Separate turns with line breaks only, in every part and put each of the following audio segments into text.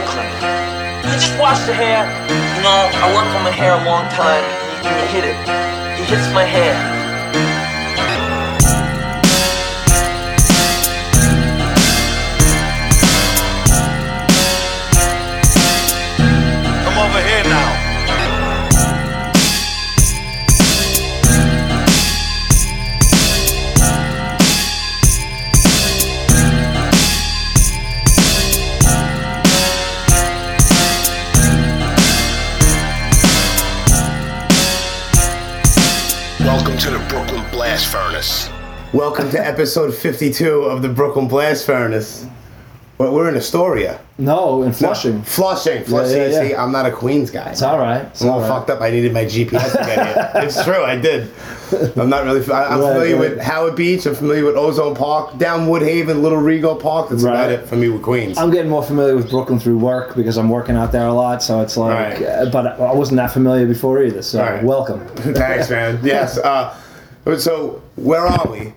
You just wash your hair. You know, I worked on my hair a long time. He hit it. He hits my hair.
Come over here now.
Welcome to the Brooklyn Blast Furnace.
Welcome to episode 52 of the Brooklyn Blast Furnace. But we're in Astoria.
No, in Flushing.
Flushing. Flushing.
Yeah, yeah,
See,
yeah.
I'm not a Queens guy.
It's all right. It's
I'm
all
all
right.
fucked up. I needed my GPS to get here. it's true, I did. I'm not really. I, I'm
Right,
familiar
right.
with Howard Beach. I'm familiar with Ozone Park, down Woodhaven, Little Rego Park. That's about
Right.
it for me with Queens.
I'm getting more familiar with Brooklyn through work because I'm working out there a lot. So it's like,
Right.
uh, but I wasn't that familiar before either. So
Right.
welcome.
Thanks, man. Yes. Uh, so where are we?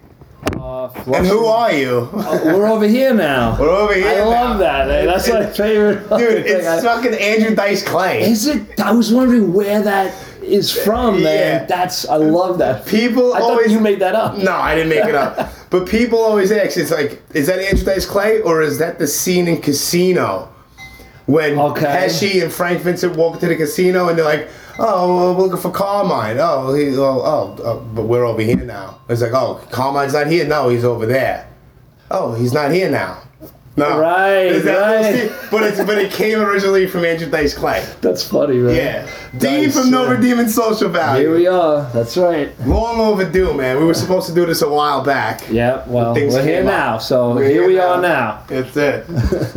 Uh,
And who are you?
We're over here now.
We're over here.
I love
now.
that. eh? That's my favorite.
Dude,
thing.
it's fucking Andrew Dice Clay.
Is it? I was wondering where that is from, man.
Yeah.
That's I love that.
People
I thought
always
you made that up.
No, I didn't make it up. But people always ask, it's like, is that Andrew Dice Clay or is that the scene in Casino when
Okay.
Pesci and Frank Vincent walk to the casino and they're like, oh, well, we're looking for Carmine. Oh, he, oh, oh, oh, but we're over here now. It's like, oh, Carmine's not here. No, he's over there. Oh, he's not here now. No.
Right,
Is that
right.
little scene- But, it's, but it came originally from Andrew Dice Clay.
That's funny, man.
Yeah. Dean
Dice,
from No
yeah.
Redeeming Social Value.
Here we are. That's right.
Long overdue, man. We were supposed to do this a while back.
Yeah. Well,
Things
we're here
came up.
now. So
We're
here,
here
we
now.
are now.
That's it.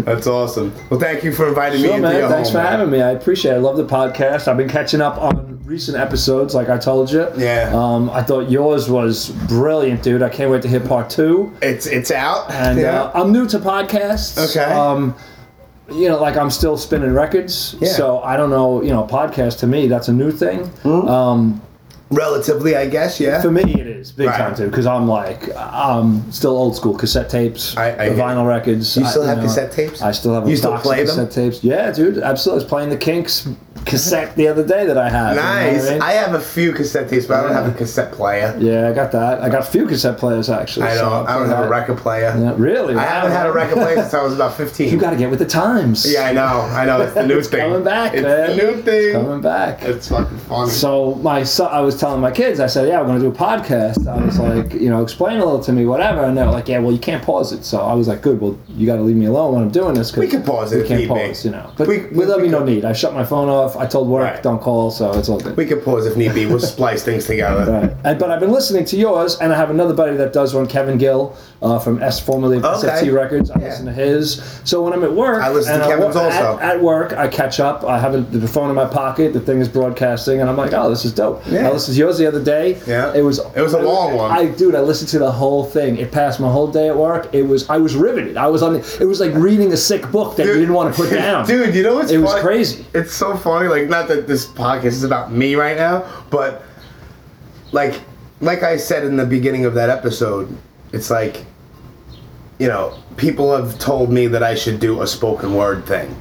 That's awesome. Well, thank you for inviting me
Sure,
into your
man. Thanks
home,
for
man.
having me. I appreciate. it. I love the podcast. I've been catching up on recent episodes, like I told you.
Yeah.
Um, I thought yours was brilliant, dude. I can't wait to hear part two.
It's it's out.
And
yeah.
uh, I'm new to podcasts.
Okay.
Um, you know, like I'm still spinning records,
Yeah.
so I don't know. You know, podcast to me that's a new thing. Um,
Relatively, I guess. Yeah.
for me, it is big
Right.
time too, because I'm like I'm still old school cassette tapes,
I- I hear
vinyl records.
You
I-
still have
know,
cassette tapes?
I still have
You
a
still
box
play
of
them?
cassette tapes. Yeah, dude, absolutely. I was playing the Kinks cassette the other day that I had. you know what I
nice.
mean?
I have a few cassette tapes, but I don't have a cassette player.
yeah, I got that. I got a few cassette players actually.
I
so
don't. I
play
don't have a
that.
record player.
Yeah, really?
I haven't had a record player since I was about fifteen.
You got to get with the times.
yeah, I know. I know. It's the new thing.
coming back,
It's
man.
the new thing.
Coming back.
It's fucking funny.
Um, So my son, I was telling my kids, I said, "Yeah, we're gonna do a podcast." I was like, you know, explain a little to me, whatever. And they're like, "Yeah, well, you can't pause it." So I was like, "Good, well, you got to leave me alone when I'm doing this." 'cause
We can pause it
We
if
can't
need be.
pause, you know. But
We-
we,
we-
there'll
we
be no
can-
need. I shut my phone off. I told work,
Right.
don't call, so it's all good.
we could pause if need be. We'll splice things together.
Right. And, but I've been listening to yours, and I have another buddy that does one, Kevin Gill, uh, from S formerly of
Okay.
SFT Records. I
Yeah.
listen to his. So when I'm at work,
I listen to
and I
Kevin's
wa- at-
also.
At, work, I catch up. I have a- the phone in my pocket. The thing is broadcasting, and I'm like, oh, this is dope.
Yeah.
I listened to yours the other day.
Yeah.
It was
It was a long one.
I dude, I listened to the whole thing. It passed my whole day at work. It was I was riveted. I was on. The, it was like reading a sick book that you didn't want to put down.
Dude, you know what's
It was
funny?
crazy.
It's so funny. Like, not that this podcast is about me right now, but like, like I said in the beginning of that episode, it's like, you know, people have told me that I should do a spoken word thing.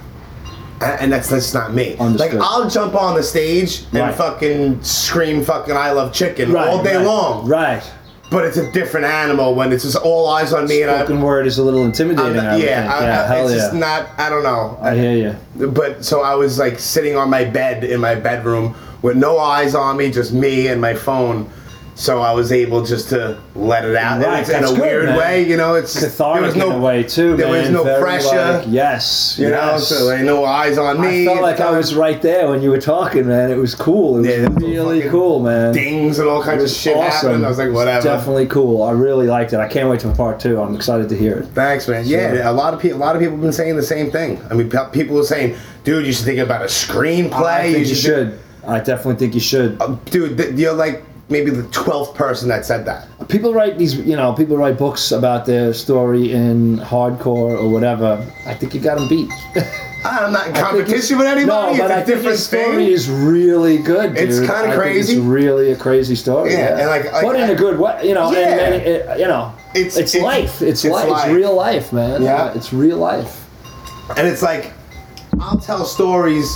A- And that's that's not me.
Understood.
Like I'll jump on the stage and
Right.
fucking scream fucking I love chicken
Right,
all day
right,
long.
Right.
But it's a different animal when it's just all eyes on me
Spoken
and
word is a little
I,
intimidating.
I'm
I
not,
would
yeah,
think.
I,
yeah,
I-
hell
it's
yeah.
just not I don't know.
I hear you.
But so I was like sitting on my bed in my bedroom with no eyes on me, just me and my phone. So I was able just to let it out
Right,
It's in a
that's good,
weird
man.
way, you know. It's just-
cathartic in a way too.
There
man.
was no
Very,
pressure,
like, yes,
you know.
yes.
So like, no eyes on me.
I felt like I was right there when you were talking, man. It was cool. It was
Yeah, it was a
really
fucking
cool, man.
dings and all
It
kinds of
was
shit happened. I was like,
It's
whatever.
Definitely cool. I really liked it. I can't wait for part two. I'm excited to hear it.
Thanks, man. Yeah, a lot of people, a lot of people have been saying the same thing. I mean, pe- people were saying, "Dude, you should think about a screenplay.
I think
do-
you should. I definitely think you should.
dude. Th- you're like maybe the twelfth person that said that.
people write these you know people write books about their story in hardcore or whatever i think you got them beat
I'm not in
I think
competition
it's-
with anybody.
no
it's
but
a
I think
different
his story
thing.
is really good dude.
It's kinda
I think
crazy.
it's really a crazy story
Yeah, and like- like-
but in a good way you know
Yeah.
and, and it, you know
It's-
it's,
it's-
life it's,
it's
life.
life.
it's real life man
Yeah.
it's real life
and it's like I'll tell stories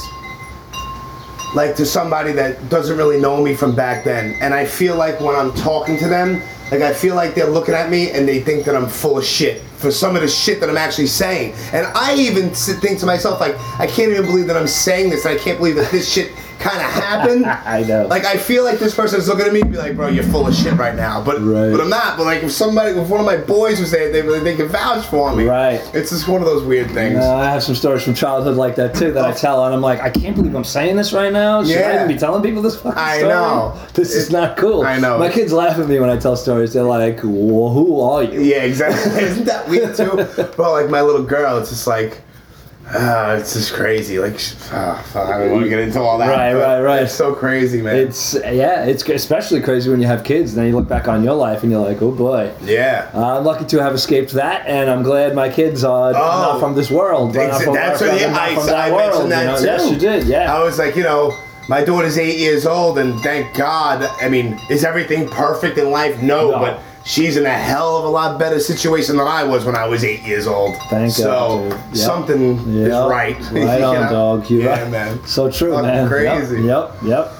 like to somebody that doesn't really know me from back then, and I feel like when I'm talking to them, like I feel like they're looking at me and they think that I'm full of shit for some of the shit that I'm actually saying. And I even sit- think to myself like, I can't even believe that I'm saying this. And I can't believe that this shit kind of happened.
I know.
Like I feel like this person is looking at me and be like, bro, you're full of shit right now. But
Right.
but I'm not. But like if somebody, if one of my boys was there, they they could vouch for me.
Right.
It's just one of those weird things.
Uh, I have some stories from childhood like that too that I tell, and I'm like, I can't believe I'm saying this right now. Should I
Yeah.
even be telling people this fucking
I
story?
know.
This is
It-
not cool.
I know.
My kids laugh at me when I tell stories. They're like, well, "Who are you?"
Yeah, exactly. Isn't that weird too? Bro, like my little girl, it's just like, ah, it's just crazy. Like, sh- ah, fuck, I don't want to get into all that.
Right,
but
right, right.
It's so crazy, man.
It's yeah, it's especially crazy when you have kids. Then you look back on your life and you're like, "Oh boy."
yeah.
Uh, I'm lucky to have escaped that, and I'm glad my kids are not from this world. They're not
Oh. Exa-
from
that's
our-
what- yeah,
they're not
I-
from that
I mentioned
world, you
that
know?
too.
Yes, you did. Yeah.
I was like, you know, my daughter's eight years old, and thank God. I mean, is everything perfect in life? No,
No.
but she's in a hell of a lot better situation than I was when I was eight years old.
Thank
so
God, dude. Yep.
something is
Yep.
right.
Right on,
Yeah.
dog. You
yeah,
right.
man.
So true,
Fucking
man.
crazy.
Yep, yep,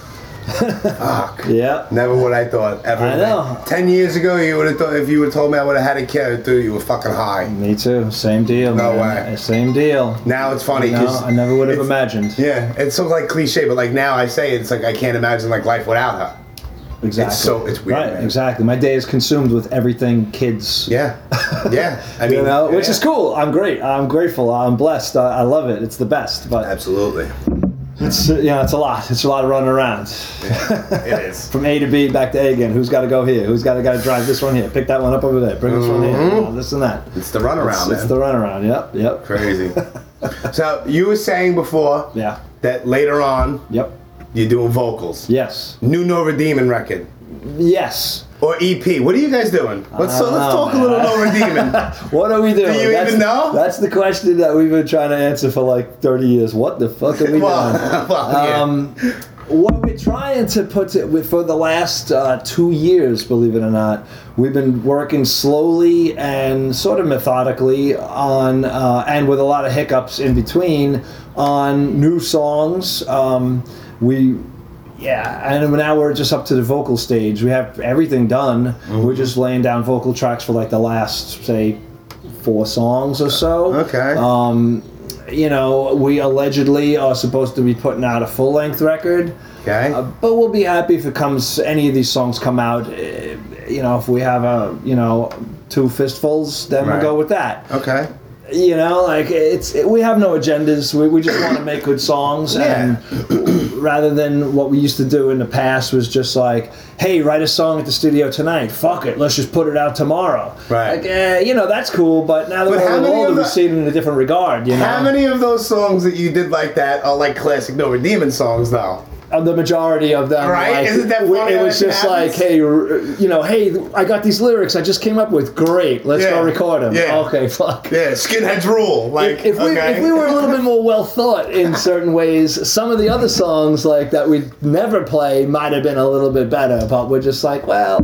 Fuck.
yep. yep.
Never what I thought ever.
I know.
Ten years ago, you would have thought if you would have told me I would have had a kid, I would you were fucking high.
Me too. Same deal.
No
man.
way.
Same deal.
Now it's funny
You know,
'cause
I never would have
it's-
imagined.
Yeah, it's so like cliche, but like now I say it, it's like I can't imagine like life without her.
exactly.
so- it's weird,
Right.
man.
Exactly. My day is consumed with everything kids.
Yeah, yeah. I mean,
You know, which
yeah.
is cool. I'm great. I'm grateful. I'm blessed. I, I love it. It's the best. But
Absolutely,
it's you know, it's a lot. It's a lot of running around.
it is.
From A to B, back to A again. Who's got to go here? Who's got to got to drive this one here? Pick that one up over there. Bring this one here.
Mm-hmm.
you know, this and that.
It's the runaround,
It's, it's the
man.
runaround. Yep. Yep.
Crazy. so you were saying before
Yeah.
that later on
Yep.
you're doing vocals.
Yes.
New Nova Demon record
Yes.
or EP. What are you guys doing? Let's so
don't
let's
know,
talk a
man.
little Nova Demon.
What are we doing?
Do you even know?
That's the question that we've been trying to answer for like 30 years. What the fuck are we
well,
doing?
well, yeah.
Um, what we're trying to put to, with- for the last uh, two years, believe it or not, we've been working slowly and sort of methodically on, uh, and with a lot of hiccups in between, on new songs. Um, we yeah, and now we're just up to the vocal stage. We have everything done. We're just laying down vocal tracks for like the last, say, four songs or so.
okay.
Um, you know, we allegedly are supposed to be putting out a full length record.
okay.
Uh, but we'll be happy if it comes. Any of these songs come out. uh, You know, if we have a you know two fistfuls, then
Right.
we'll go with that.
okay.
You know, like it's it, we have no agendas. We, we just want to make good songs,
Yeah.
and rather than what we used to do in the past was just like, hey, write a song at the studio tonight. Fuck it, let's just put it out tomorrow.
Right.
Like, eh, you know, that's cool, but now that
But
we're
how
a little
many
older,
of
we
the-
see it in a different regard. You know,
How many of those songs that you did like that are like classic No Demon songs, though?
of the majority of them.
Right?
like,
Isn't that
w-
funny
It
how
was
that
just
happens?
like, hey, r- you know, hey, I got these lyrics I just came up with. Great, let's
Yeah.
go record them.
Yeah.
Okay, fuck.
Yeah, Skinheads Rule. Like,
if, if we,
okay.
if we were a little bit more well thought in certain ways, some of the other songs like that we would never play might have been a little bit better. But we're just like, well,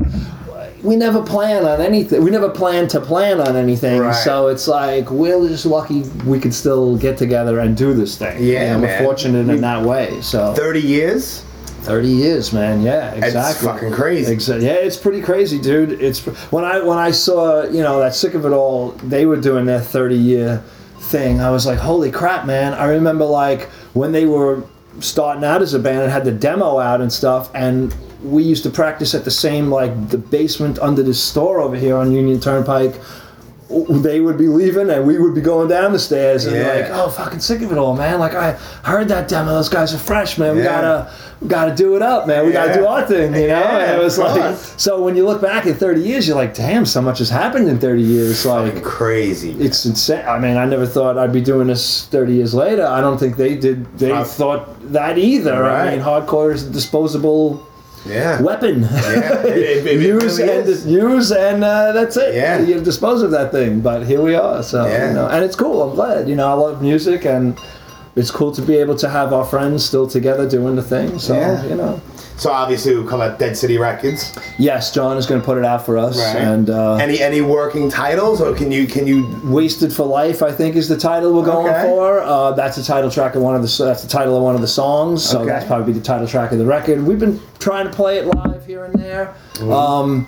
we never plan on anything. We never plan to plan on anything.
Right.
So it's like we're just lucky we could still get together and do this thing.
Yeah,
and we're
man.
fortunate in that way. So
30 years?
thirty years, man. Yeah, exactly.
fucking crazy.
Exa- yeah, it's pretty crazy, dude. It's pr- when I when I saw you know that sick of it all. They were doing their thirty year thing. I was like, holy crap, man! I remember like when they were starting out as a band and had the demo out and stuff, and we used to practice at the same like the basement under this store over here on Union Turnpike. They would be leaving and we would be going down the stairs and
Yeah.
like, oh, fucking sick of it all, man. Like I heard that demo. Those guys are fresh, man. We
Yeah.
gotta, we gotta do it up, man. We gotta
Yeah.
do our thing, you know.
Yeah,
and it was
of
like,
course.
so when you look back at 30 years, you're like, damn, so much has happened in 30 years. Like,
Crazy.
it's insane. I mean, I never thought I'd be doing this 30 years later. I don't think they did. They
Uh,
thought that either. I
right.
mean, hardcore is a disposable
yeah.
weapon.
Yeah, it- it- it
use
really
and
is.
use and uh, that's it.
Yeah.
you dispose of that thing. But here we are. So
Yeah.
you know, and it's cool. I'm glad. You know, I love music and it's cool to be able to have our friends still together doing the thing. So
Yeah.
you know,
So obviously, it would come out Dead City Records.
yes, John is going to put it out for us, and uh,
any any working titles, or can you can you
"Wasted for Life" I think is the title we're going
Okay.
for. Uh, that's the title track of one of the that's the title of one of the songs. So
Okay.
that's probably the title track of the record. We've been trying to play it live here and there. Um,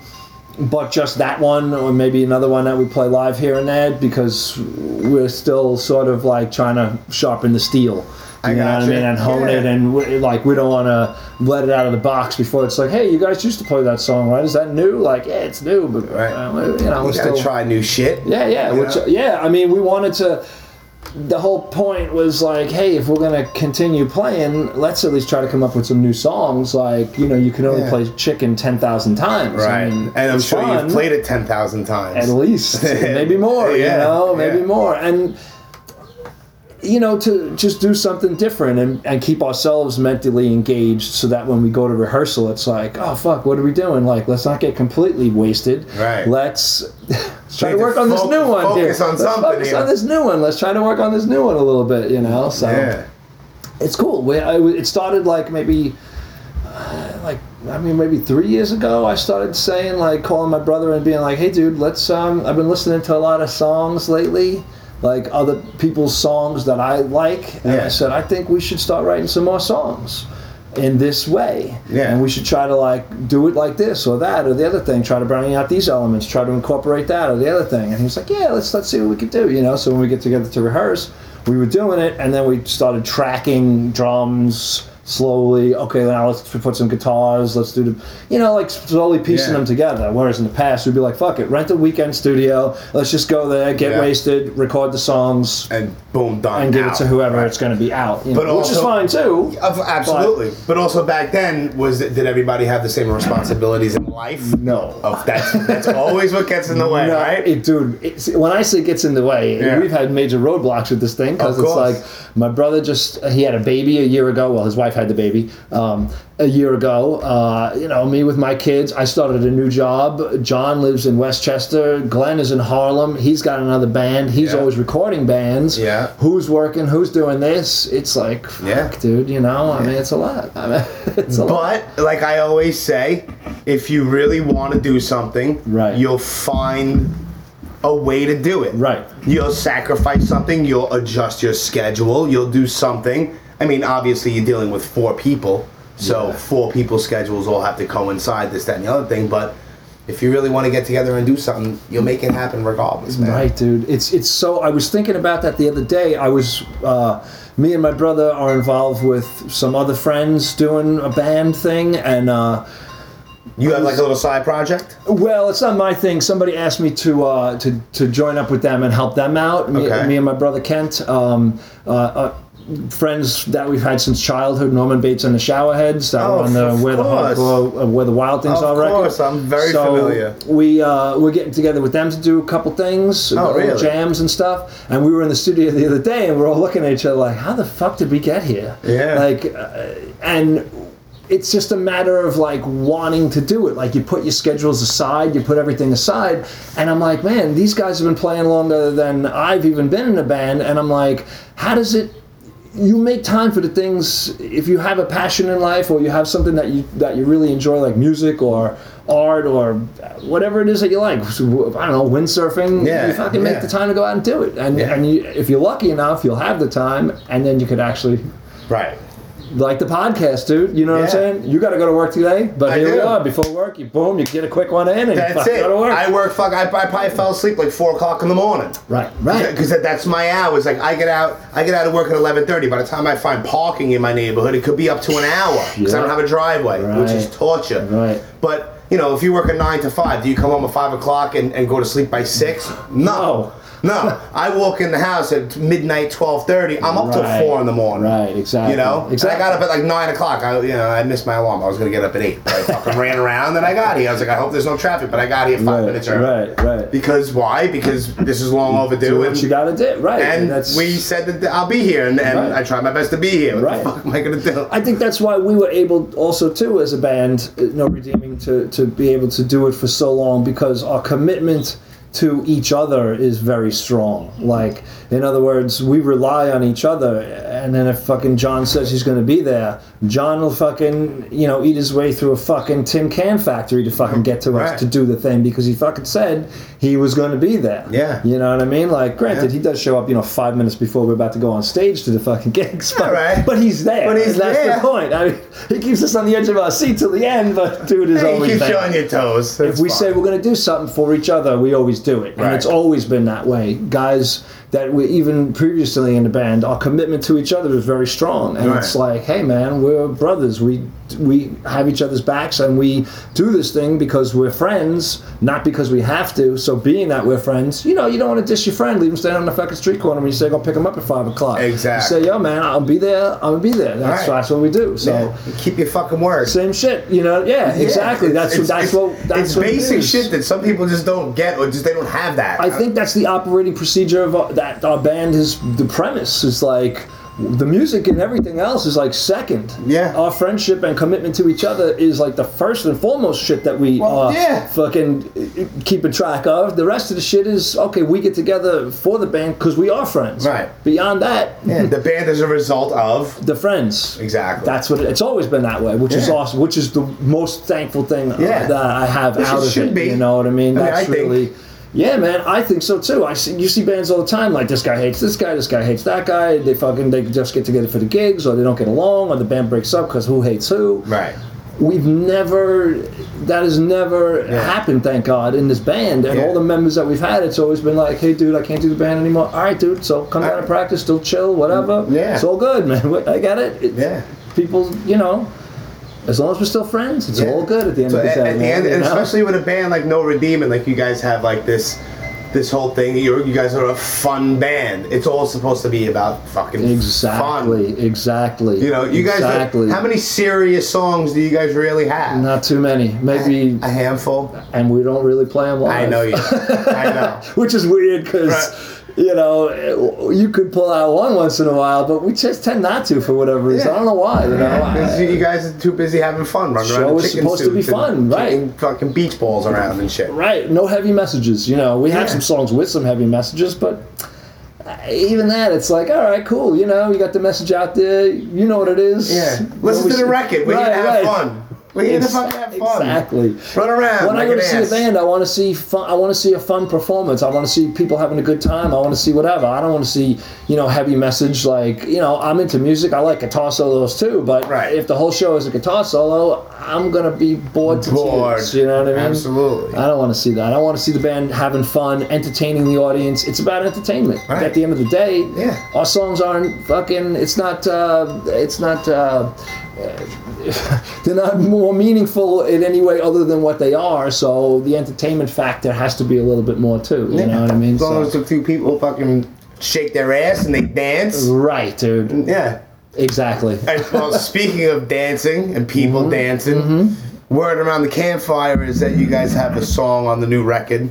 but just that one, or maybe another one that we play live here and there, because we're still sort of like trying to sharpen the steel. You
I
know what I
gotcha.
mean? And hone it,
Yeah.
and we, like we don't want to let it out of the box before it's like, hey, you guys used to play that song, right? Is that new? Like, yeah, it's new, but
Right.
uh, you know, we're
you gotta
still
try new shit?
yeah, yeah,
You
which
know?
yeah. I mean, we wanted to. The whole point was like, hey, if we're gonna continue playing, let's at least try to come up with some new songs. Like, you know, you can only
Yeah.
play Chicken ten thousand times.
Right,
I mean,
and I'm
it's
sure
fun
you've played it ten thousand times.
at least maybe more
Yeah,
you know maybe
yeah.
more and you know to just do something different and, and keep ourselves mentally engaged so that when we go to rehearsal it's like oh fuck what are we doing like let's not get completely wasted
Right.
let's, let's try
Need to
to work on this
fo-
new one here.
focus on
let's
something
focus
here."
on this new one let's try to work on this new one a little bit you know so
yeah.
it's cool. We, I, it started like maybe, uh, like I mean, maybe three years ago. I started saying like calling my brother and being like, "Hey, dude, let's." Um, I've been listening to a lot of songs lately, like other people's songs that I like, and I
Yeah.
said I think we should start writing some more songs in this way.
Yeah.
And we should try to like do it like this or that or the other thing, try to bring out these elements, try to incorporate that or the other thing. And he was like, Yeah, let's let's see what we could do, you know. So when we get together to rehearse, we were doing it and then we started tracking drums slowly. Okay, now let's put some guitars, let's do the you know, like slowly piecing
Yeah.
them together. Whereas in the past we'd be like, fuck it, rent a weekend studio, let's just go there, get
Yeah.
wasted, record the songs.
and boom, done.
And give it
out.
to whoever it's going to be out, you know,
But
which is
also-
fine too.
Of- Absolutely, but, also back then was did everybody have the same responsibilities in life?
No.
Of Oh, that's that's always what gets in the way,
No,
right?
it- dude, it's, when I say gets in the way,
Yeah.
we've had major roadblocks with this thing because
Of
it's
course.
like my brother just he had a baby a year ago. Well, his wife had the baby um, a year ago. Uh, you know, me with my kids. I started a new job. John lives in Westchester. Glenn is in Harlem. He's got another band. He's
Yeah.
always recording bands.
Yeah.
Who's working? Who's doing this? It's like, fuck,
Yeah.
dude. You know, I mean, it's a lot. I mean, it's a lot.
But like I always say, if you really want to do something,
Right.
you'll find a way to do it.
Right.
You'll sacrifice something, you'll adjust your schedule, you'll do something. I mean, obviously you're dealing with four people, so
Yeah.
four people's schedules all have to coincide this that and the other thing, but if you really want to get together and do something, you'll make it happen regardless, man.
Right, dude. It's it's so. I was thinking about that the other day. I was, uh, me and my brother are involved with some other friends doing a band thing, and uh,
You have like a little side project?
well, it's not my thing. Somebody asked me to uh, to to join up with them and help them out. Me,
Okay.
me and my brother Kent, um, uh, uh, friends that we've had since childhood. Norman Bates and the Showerheads. That were
Oh,
on the
of
where the
course.
hardcore, uh, where the wild things
Of
are record.
course, I'm very
So
familiar.
We uh, we're getting together with them to do a couple things, little
Oh, really?
jams and stuff. And we were in the studio the other day, and we're all looking at each other like, "How the fuck did we get here?"
Yeah.
Like, uh, and it's just a matter of like wanting to do it. Like you put your schedules aside, you put everything aside, and I'm like, man, these guys have been playing longer than I've even been in a band, and I'm like, how does it? You make time for the things if you have a passion in life or you have something that you that you really enjoy, like music or art or whatever it is that you like. I don't know, windsurfing.
Yeah,
you fucking make
yeah.
the time to go out and do it, and
Yeah.
and you, if you're lucky enough, you'll have the time, and then you could actually
Right.
like the podcast, dude. You know what I'm
Yeah.
saying? You got to go to work today, but
I
here we
do.
are. Before work, you boom, you get a quick one in, and you
That's
fucking
it.
go to work.
I work fuck I, I probably fell asleep like four o'clock in the morning.
right, right.
because that's my hours. Like I get out, I get out of work at eleven thirty. By the time I find parking in my neighborhood, it could be up to an hour because I
Yeah.
don't have a driveway, which is
Right.
torture.
Right.
But you know, if you work a nine to five, do you come home at five o'clock and, and go to sleep by six? No. No, I walk in the house at midnight, twelve thirty. I'm up
Right.
till four in the morning.
Right, exactly.
You know,
Exactly.
I got up at like nine o'clock. I, you know, I missed my alarm. I was gonna get up at eight. But I fucking ran around and I got here. I was like, I hope there's no traffic, but I got here five
right,
minutes early.
Right, right.
Because why? Because this is long overdue.
Do what
and-
you got to do. Right,
and we said that th- I'll be here, and, and
Right.
I try my best to be here. What
Right.
the fuck am I gonna do?
I think that's why we were able also too as a band, uh, no redeeming to to be able to do it for so long because our commitment to each other is very strong. Like in other words, we rely on each other and and then if fucking John says he's going to be there, John will fucking you know eat his way through a fucking tin can factory to fucking get to
Right.
us to do the thing because he fucking said he was going to be there.
Yeah.
you know what I mean. Like, granted,
Yeah.
he does show up you know five minutes before we're about to go on stage to the fucking gigs, but,
All right.
but he's there.
But he's
And that's
there.
the point. I mean, he keeps us on the edge of our seat till the end, but dude is
Hey, you
always
keep
there
showing your toes.
if we say we're going to do something for each other, we always do it,
Right.
and it's always been that way. Guys that we even previously in the band, our commitment to each other is very strong, and it's
Right.
like, hey man, we're brothers. We we have each other's backs, and we do this thing because we're friends, not because we have to. So being that we're friends, you know, you don't want to dish your friend, leave him standing on the fucking street corner when you say go pick him up at five o'clock.
Exactly.
You say, yo man, I'll be there. I'm gonna be there. That's
Right.
that's what we do. So.
keep your fucking word.
Same shit, you know. Yeah,
Yeah,
exactly.
it's-
That's
it's-
that's
it's-
what that's
it's
what it
basic
is.
shit that some people just don't get or just they don't have that.
I think that's the operating procedure of our, that our band is the premise is like the music and everything else is like second.
Yeah.
Our friendship and commitment to each other is like the first and foremost shit that we
Well,
uh,
yeah.
fucking uh, keeping track of. The rest of the shit is okay, we get together for the band cuz we are friends.
Right.
Beyond that,
Yeah, the band is a result of
the friends.
Exactly.
That's what it's always been that way, which is
Yeah.
awesome. Which is the most thankful thing uh,
Yeah.
that I have
Which it
out of
should
it.
be.
You know what I mean?
I mean,
That's
I think-
really. Yeah, man, I think so too. I see you see bands all the time like this guy hates this guy, this guy hates that guy. They fucking they just get together for the gigs, or they don't get along, or the band breaks up because who hates who?
right.
We've never that has never
Yeah.
happened, thank God, in this band and
Yeah.
all the members that we've had. It's always been like, hey, dude, I can't do the band anymore. All right, dude, so come down and practice, still chill, whatever.
Uh, Yeah.
it's all good, man. I got it. It's-
Yeah.
people, you know, as long as we're still friends, it's
Yeah.
all good at the end
So
of the
at,
day.
at the
man,
end,
you
and
know?
especially with a band like No Redeeming, like you guys have like this, this whole thing. You're, you guys are a fun band. It's all supposed to be about fucking
exactly,
fun.
exactly.
You know, you guys.
exactly.
How many serious songs do you guys really have?
Not too many, maybe,
A handful.
and we don't really play them live.
I know you. I know.
which is weird because. You know, it- you could pull out one once in a while, but we just tend not to for whatever reason.
Yeah.
I don't know why. You know,
Because
I-
you guys are too busy having fun running
Show
around. in
is
chicken
supposed to be
suits and
fun, right.
kicking Fucking beach balls around and shit.
Right, no heavy messages. You know, we have
Yeah.
some songs with some heavy messages, but uh, even that, it's like, all right, cool. You know, you got the message out there. You know what it is.
Yeah.
What
Listen to
we
the
should-
record. We're
Right,
here to have
right.
fun. We're here to
Ex-
fucking have fun.
Exactly.
Run around.
When I
like
go
an
to see
ass.
a band, I want to see fun. I want to see a fun performance. I want to see people having a good time. I want to see whatever. I don't want to see you know heavy message like you know I'm into music. I like guitar solos too. But
Right.
if the whole show is a guitar solo, I'm gonna be bored to
Bored.
tears. You know what I mean?
Absolutely.
I don't want to see that. I want to see the band having fun, entertaining the audience. It's about entertainment.
Right.
At the end of the day,
Yeah.
our songs aren't fucking. It's not. Uh, it's not. Uh, they're not more meaningful in any way other than what they are. So the entertainment factor has to be a little bit more too. You know what I mean?
As long
So,
as a few people fucking shake their ass and they dance.
right, dude.
Yeah.
Exactly.
And, well, speaking of dancing and people
Mm-hmm.
dancing, word around the campfire is that you guys have a song on the new record.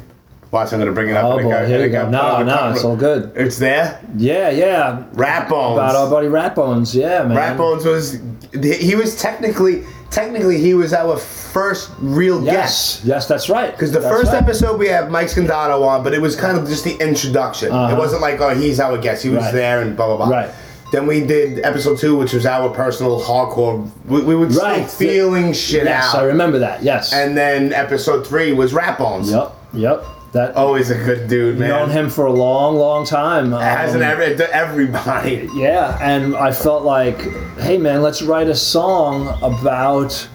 Watch, I'm gonna bring it up.
Oh
and it
boy,
got-
here
it
we go.
got
No,
put on the
no,
cover.
it's all good.
It's there.
Yeah, yeah.
Rap bones.
About our buddy Rat Bones. Yeah, man.
Rat Bones was he was technically technically he was our first real
Yes,
guest.
yes, that's right.
Because the
That's
first
right.
episode we had Mike Scandato on, but it was kind of just the introduction.
Uh-huh.
It wasn't like, oh, he's our guest. He was
Right.
there and blah, blah, blah.
Right.
Then we did episode two, which was our personal hardcore. We, we were
Right.
still feeling shit
Yes, I
out.
remember that. Yes.
and then episode three was Rap Bones.
yep, yep. That
Always a good dude, Oh, man.
known him for a long, long time.
Hasn't
Um,
every, everybody.
Yeah, and I felt like, hey man, let's write a song about.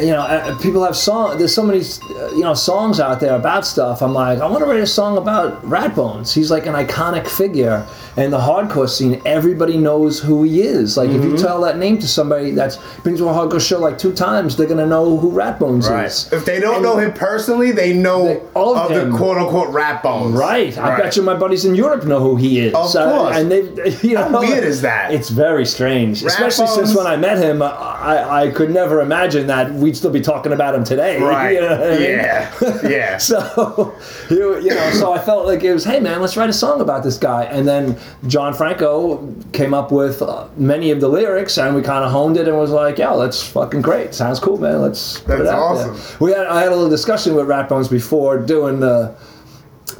You know, uh, people have song. There's so many, uh, you know, songs out there about stuff. I'm like, I want to write a song about Rat Bones. He's like an iconic figure in the hardcore scene. Everybody knows who he is. Like, if you tell that name to somebody that's been to a hardcore show like two times, they're gonna know who Rat Bones is.
If they don't
And-
know him personally, they know
They- all of
of, the
them.
quote unquote rap bones.
Right. I
Right.
bet you my buddies in Europe know who he is.
Of
Uh,
course.
and they, you know,
How weird is that?
It's very strange, especially
Rathbones-
since when I met him, I, I could never imagine that we'd still be talking about him today.
Right.
You know what I mean?
Yeah. Yeah.
uh, So, you you know, so I felt like it was, hey man, let's write a song about this guy. And then John Franco came up with uh, many of the lyrics, and we kind of honed it and was like, yeah, that's fucking great. Sounds cool, man. Let's. put it
That's
out there."
awesome.
We had I had a little discussion with Rat Bones before doing the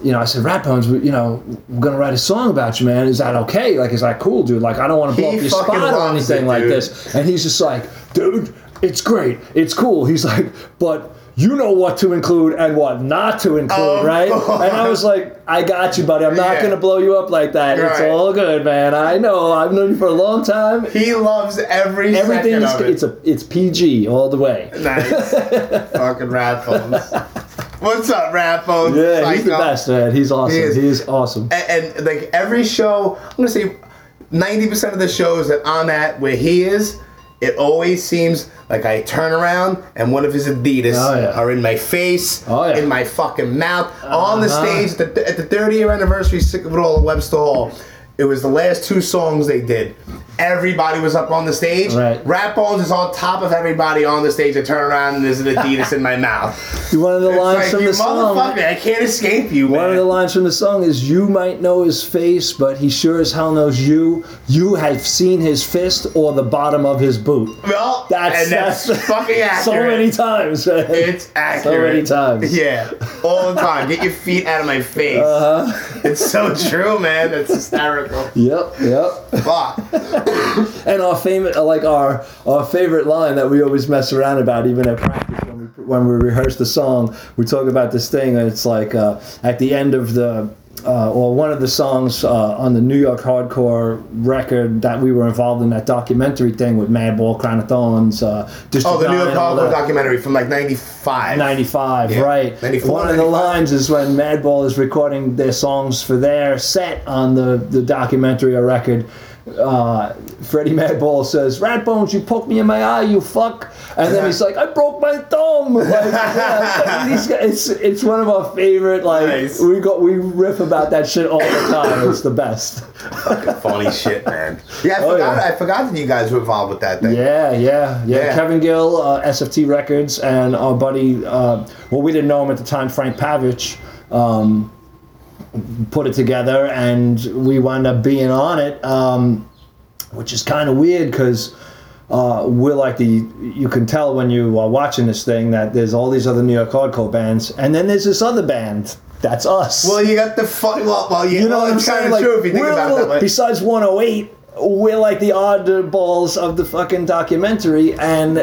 you know, I said, Rat Bones, we- you know, we're gonna write a song about you, man. Is that okay? Like, is that cool, dude? Like, I don't want to blow
He
up your
fucking
spot or
loves it,
anything like
dude.
this. And he's just like, dude, it's great, it's cool. He's like, but you know what to include and what not to include,
Of
right?
course.
And I was like, I got you, buddy. I'm not
Yeah.
gonna blow you up like that. It's
Right.
all good, man. I know. I've known you for a long time.
He loves every
Everything
second
is
of it.
it's a it's PG all the way.
Nice. Fucking Radphones. What's up, Radphones?
Yeah, he's the
Psycho.
best, man. He's awesome.
He
He
is.
is, awesome.
And, and like every show, I'm gonna say 90% of the shows that I'm at where he is, it always seems like I turn around and one of his Adidas
Oh, yeah.
are in my face,
Oh, yeah.
in my fucking mouth, on the
Uh-huh.
stage the, at the 30 year anniversary Sick of It All at Webster Hall. It was the last two songs they did. Everybody was up on the stage.
Right.
Rat Bones is on top of everybody on the stage. I turn around and there's an Adidas in my mouth.
You one of the
It's
lines
like,
from
you
the song.
motherfucker, I can't escape you, man.
One of the lines from the song is "You might know his face, but he sure as hell knows you. You have seen his fist or the bottom of his boot."
Well,
That's
and that's, fucking accurate.
So many times.
It's accurate.
So many times.
Yeah, all the time. Get your feet out of my face.
Uh-huh.
It's so true, man. That's hysterical.
Yep. Yep.
Fuck.
And our favorite, uh, like our our favorite line that we always mess around about, even at practice when we when we rehearse the song, we talk about this thing. And it's like uh, at the end of the uh, or one of the songs uh, on the New York hardcore record that we were involved in that documentary thing with Madball, Crown of Thorns, uh, District
Oh, the New
Nine,
York
and all
Hardcore
that.
documentary from like '95.
95,
Yeah,
right.
94,
One of the
95.
lines is when Madball is recording their songs for their set on the, the documentary or record. Uh, Freddie Madball says, "Rat bones, you poked me in my eye, you fuck!" And then he's like, "I broke my thumb." Like, yeah, these guys- it's it's one of our favorite. Like
Nice.
we got we riff about that shit all the time. It's the best.
Funny shit, man. Yeah, I
Oh,
forgot.
yeah.
I forgot that you guys were involved with that thing.
Yeah, yeah, yeah.
Yeah.
Kevin Gill, uh, SFT Records, and our buddy, uh, well, we didn't know him at the time, Frank Pavich, um, put it together, and we wound up being on it, um, which is kind of weird because. Uh, we're like the you can tell when you are watching this thing that there's all these other New York hardcore bands, and then there's this other band that's us.
Well, you got the fuck. Well, well, you,
You know
well,
what I'm
it's
saying?
kind
Like,
of true if you think
we're
about
a
it that
little-
way.
Besides 108, we're like the oddballs of the fucking documentary, and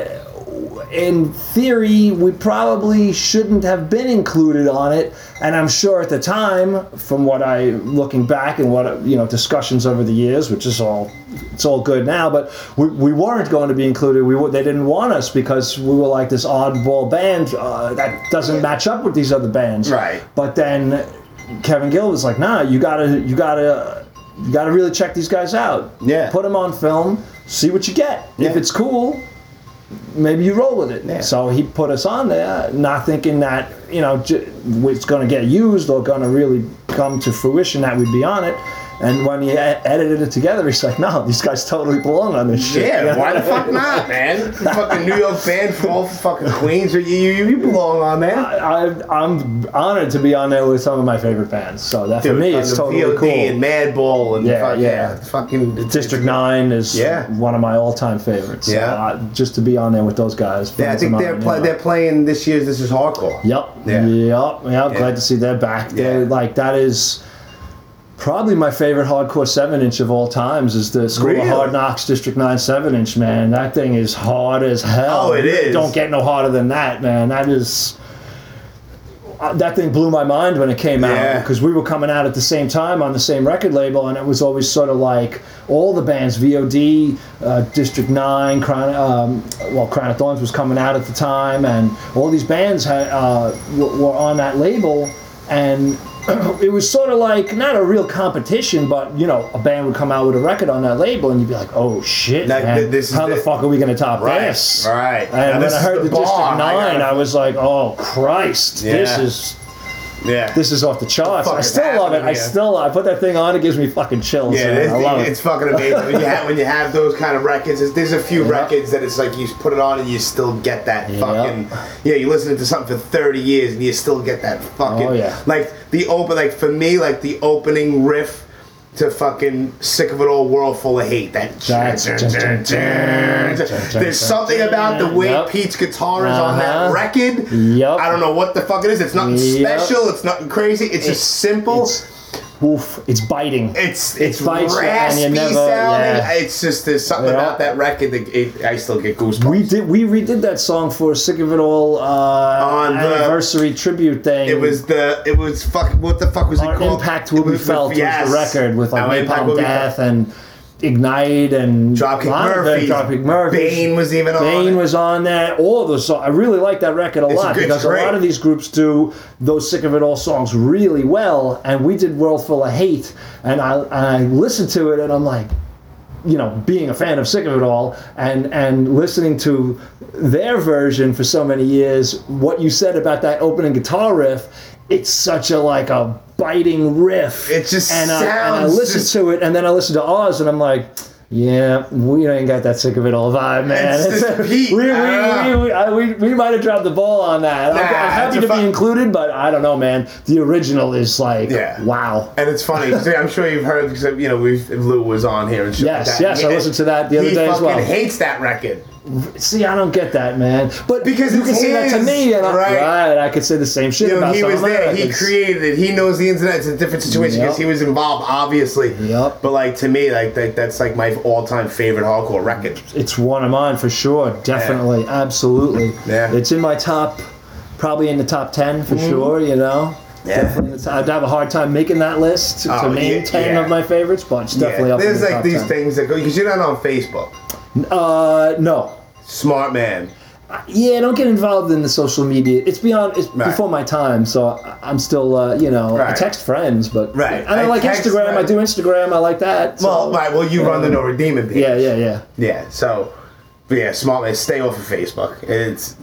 in theory, we probably shouldn't have been included on it. And I'm sure at the time, from what I looking back and what you know discussions over the years, which is all it's all good now, but we, we weren't going to be included. We were, they didn't want us because we were like this oddball band uh, that doesn't match up with these other bands.
Right.
But then Kevin Gill was like, "Nah, you gotta, you gotta, you gotta really check these guys out.
Yeah.
put them on film, see what you get. If
Yeah.
it's cool, maybe you roll with it."
Yeah.
So he put us on there, not thinking that you know j- it's gonna get used or gonna really come to fruition that we'd be on it. And when he e- edited it together, he's like, "No, these guys totally belong on this shit."
Yeah, why the fuck not, man? You fucking New York band from all fucking Queens, you, you, you belong on there.
I, I'm honored to be on there with some of my favorite bands. So that for me, it's
fucking
totally
VOD
cool.
And Madball and
Yeah,
fuck,
yeah.
fucking
District Nine is
Yeah.
one of my all-time favorites.
Yeah.
Uh, just to be on there with those guys.
Yeah, I think they're play, they're playing this year's. This is hardcore.
Yep.
Yeah.
Yep. Yep. Glad to see they're back. They're,
Yeah.
like that is probably my favorite hardcore seven inch of all times is the School
Really?
of Hard Knocks District Nine seven inch. Man, that thing is hard as hell.
Oh, it is.
Don't get no harder than that, man. That is. uh, That thing blew my mind when it came
Yeah.
out because we were coming out at the same time on the same record label, and it was always sort of like all the bands VOD, uh, District Nine, Crown, um, well, Crown of Thorns was coming out at the time, and all these bands had, uh, w- were on that label, and it was sort of like not a real competition, but you know, a band would come out with a record on that label, and you'd be like, oh shit,
That-
man,
th- this is
how the
the-
fuck are we gonna top
Right,
this?
right. Now
And when
this
I
is
heard
the
the, District
bar. I gotta-
Nine, I was like, oh Christ, this
Yeah.
is
Yeah.
this is off the charts.
fuck
I
is
still love it. I
happening here?
still I put that thing on. It gives me fucking chills.
yeah,
man.
it is,
I love
it's
it.
fucking amazing when you have when you have those kind of records. It's, there's a few records that it's like you put it on and you still get that
Yeah.
fucking. Yeah, you listen to something for thirty years and you still get that fucking.
Oh, yeah.
Like the open, like for me, like the opening riff to fucking sick of an old world full of hate. That there's something about the way
Yep.
Pete's guitar is on that
Uh-huh.
record.
Yep.
I don't know what the fuck it is. It's nothing
Yep.
special. It's nothing crazy. It's,
It's-
just simple.
It's, oof, it's biting.
It's it's
bites you and
raspy
you never-
sounding.
yeah.
It's just there's something
Yeah.
about that record that it, I still get goosebumps.
we did we redid that song for Sick of It All uh,
On the-
anniversary tribute thing.
it was the it was fuck. What the fuck was it
our
called?
impact
It
will be
was with-
felt
yes.
was the record with
Our
like
Impact
Napalm
Will Be
Death
Felt.
and Ignite and
Dropkick
a lot of
Murphys.
it, Dropkick Murphys.
Bane was even on
Bane
it.
was on that. All those songs. I really like that record a
It's
lot
good, it's
because a
great.
lot of these groups do those sick of it all songs really well, and we did World Full of Hate, and I and I listened to it and I'm like, you know, being a fan of Sick of It All and and listening to their version for so many years, what you said about that opening guitar riff, it's such a like a biting riff.
It just
and I, and I
sounds
listen
just-
to it, and then I listen to ours, and I'm like. Yeah, we ain't got that sick of it all vibe, man.
It's just Pete.
we, we,
Ah.
we, we, I- we, we might have dropped the ball on that. I'm,
Nah,
I'm
it's
happy
a
to
fu-
be included, but I don't know, man. The original is like,
Yeah.
wow.
And it's funny. 'cause I'm sure you've heard because you know we've Lou was on here and shit. like
Yes,
that.
yes, I listened to that the other
he
day as
fucking
well.
hates that record.
See, I don't get that, man. But
Because
you
it's
can say that to
his,
me, and I,
right.
right. I could say the same shit
You know,
about
he
some
was
of my
there. He
records.
created it. He knows the ins and outs. It's a different situation because
Yep.
he was involved, obviously.
Yep.
But like to me, like that, that's like my all-time favorite hardcore record.
It's one of mine for sure. Definitely, absolutely.
Yeah. Mm-hmm.
It's in my top, probably in the top ten for sure. You know.
Yeah.
Definitely, in the top. I'd have a hard time making that list to
Oh,
name
yeah,
ten
yeah.
of my favorites, but it's definitely
Yeah.
up in
There's
the
like
top
these
10.
things that go because you're not on Facebook.
Uh, no.
Smart man.
Yeah, don't get involved in the social media. It's beyond, it's
Right.
before my time, so I- I'm still, uh, you know, I
Right.
text friends, but
Right.
I don't
I
like
text
Instagram. I
friends.
do Instagram. I like that.
Well,
so-
right. Well, you run the No Redeeming page.
Yeah, yeah, yeah.
Yeah. So, but yeah, smart man. Stay off of Facebook. It's,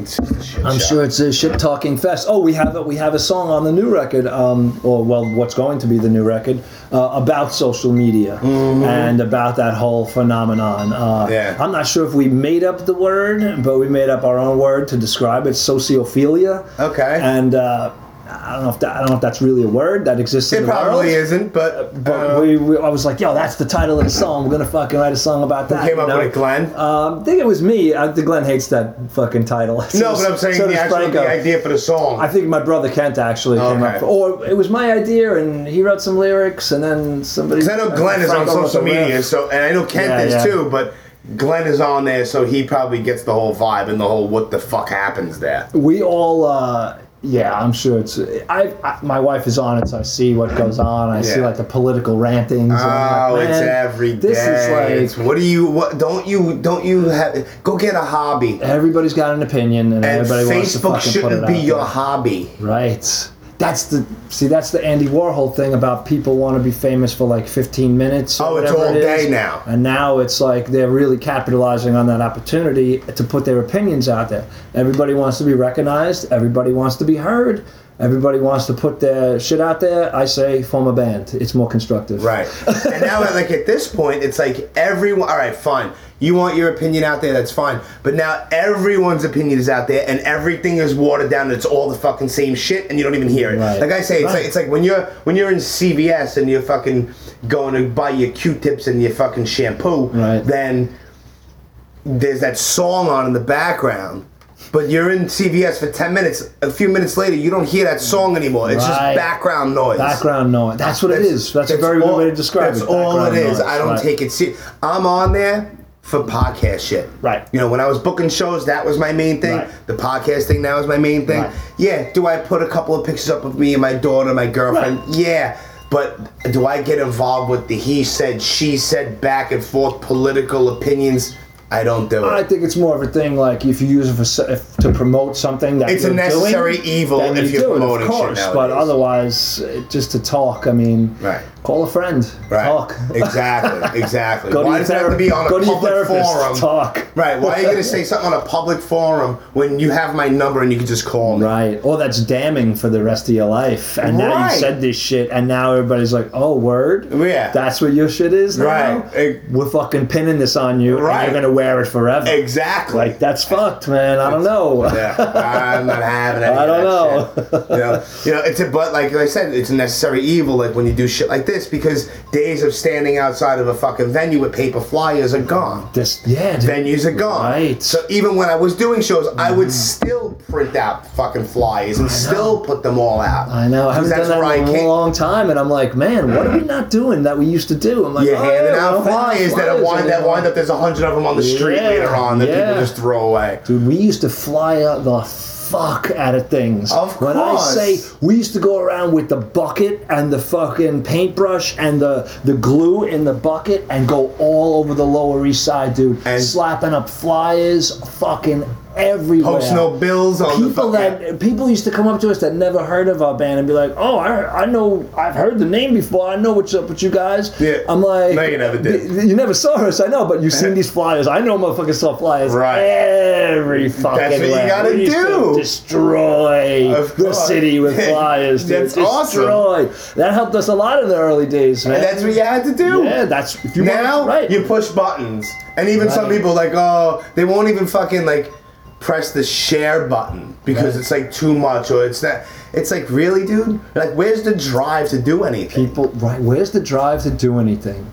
it's just a shit
I'm
show.
sure it's a shit talking fest. Oh, we have a, we have a song on the new record, um, or well, what's going to be the new record uh, about social media and about that whole phenomenon. Uh,
Mm-hmm. Yeah.
I'm not sure if we made up the word, but we made up our own word to describe it: sociophilia.
Okay.
And uh, I don't know if that, I don't know if that's really a word that exists. in
It
the world.
probably isn't, but,
But
uh,
we, we, I was like, yo, that's the title of the song. We're gonna fucking write a song about that.
came
you
up
know?
with it, Glenn.
Um, I think it was me. I think Glenn hates that fucking title. So
no,
does-
but I'm saying
so
the
does
actual
Franco.
the idea for the song.
I think my brother Kent actually came
Okay.
up, or it was my idea, and he wrote some lyrics, and then somebody.
Because I know Glenn is on
Franco wrote
social
the
media,
riff.
so and I know Kent
Yeah,
is
yeah.
too, but Glenn is on there, so he probably gets the whole vibe and the whole what the fuck happens there.
we all uh yeah i'm sure it's I, I my wife is on it so i see what goes on i see
Yeah.
like the political rantings and I'm
Oh,
like,
it's
"Man,
every day.
this is like
It's- what do you? What don't you? Don't you have? Go get a hobby.
everybody's got an opinion and,
And
everybody wants to
Facebook
fucking put it
shouldn't
out
be your
there.
hobby.
right that's the see that's the andy warhol thing about people want to be famous for like 15 minutes or
Oh, it's
whatever
all
it
day
is.
now.
and now it's like they're really capitalizing on that opportunity to put their opinions out there. Everybody wants to be recognized. Everybody wants to be heard. Everybody wants to put their shit out there. I say form a band. It's more constructive.
Right. and now, like at this point, it's like everyone. All right, fine. You want your opinion out there, that's fine. But now everyone's opinion is out there, and everything is watered down. And it's all the fucking same shit, and you don't even hear it.
Right.
Like I say, it's
Right.
like it's like when you're when you're in CVS and you're fucking going to buy your Q-tips and your fucking shampoo.
Right.
Then there's that song on in the background. But you're in CVS for 10 minutes. A few minutes later, you don't hear that song anymore. It's
Right.
just background noise.
Background noise. That's what it is. That's, a very
all-
good way to describe
that's
it.
all it
Background
is.
noise,
I don't
right.
take it serious. I'm on there for podcast shit.
Right.
You know, when I was booking shows, that was my main thing.
Right.
The podcast thing now is my main thing.
Right.
Yeah. Do I put a couple of pictures up of me and my daughter, my girlfriend?
Right.
Yeah. But do I get involved with the he said, she said, back and forth political opinions? I don't do it.
I think it's more of a thing like if you use it for se- if, to promote something that
It's a
you're
necessary
doing,
evil
then
if
you
you're
do it,
promoting
of
shit
course. but
nowadays.
otherwise, uh, just to talk, I mean,
Right.
call a friend,
right.
talk,
Exactly. Exactly.
Go to
Why
your
does it have to
therapi-
be on a
go to your
public
therapist,
forum?
Talk.
Right. Why are you going to say something on a public forum when you have my number and you can just call me?
Right. Or that's damning for the rest of your life. And now
Right.
you said this shit, and now everybody's like, "Oh, word."
Yeah.
That's what your shit is now.
Right. Ex-
We're fucking pinning this on you,
Right.
and you're gonna wear it forever.
Exactly.
Like that's fucked, man. I don't know.
yeah, I'm not having any
I
of that
don't
shit. You know, you know, it's a but like I said, it's a necessary evil. Like when you do shit like this because days of standing outside of a fucking venue with paper flyers are gone.
This, yeah, dude.
Venues are gone.
Right. Mm-hmm.
So even when I was doing shows, I would still print out fucking flyers and still put them all out.
I know. I haven't
Because
done
that's
that
where I
in a
came.
long time, and I'm like, man, what are we not doing that we used to do? I'm like,
You're
oh,
handing
I
out
don't have
flyers that
flyers
wind that
anymore.
wind up. There's a hundred of them on the street
Yeah,
later on that
yeah.
people just throw away.
Dude, we used to fly out the fuck out of things.
Of
When I
course.
say we used to go around with the bucket and the fucking paintbrush and the, the glue in the bucket and go all over the Lower East Side, dude.
And-
slapping up flyers, fucking everywhere.
Post no bills on the
People
fucking.
that people used to come up to us that never heard of our band and be like, "Oh, I, I know, I've heard the name before. I know what's up with you guys."
Yeah.
I'm like,
No, you never did.
"Y- You never saw us, I know, but you've seen these flyers. I know, motherfucking saw flyers.
Right.
Every fucking.
what you
way.
gotta
We used to
do.
destroy
Of
the
course.
city with flyers. dude.
That's awesome.
destroy. That helped us a lot in the early days, man.
And that's what you had to do.
yeah, that's if you
now
want, right.
you push buttons, and even some
Right.
people like, oh, they won't even fucking like press the share button because
Right.
it's like too much or it's not. It's like really, dude. Like, where's the drive to do anything?
people right where's the drive to do anything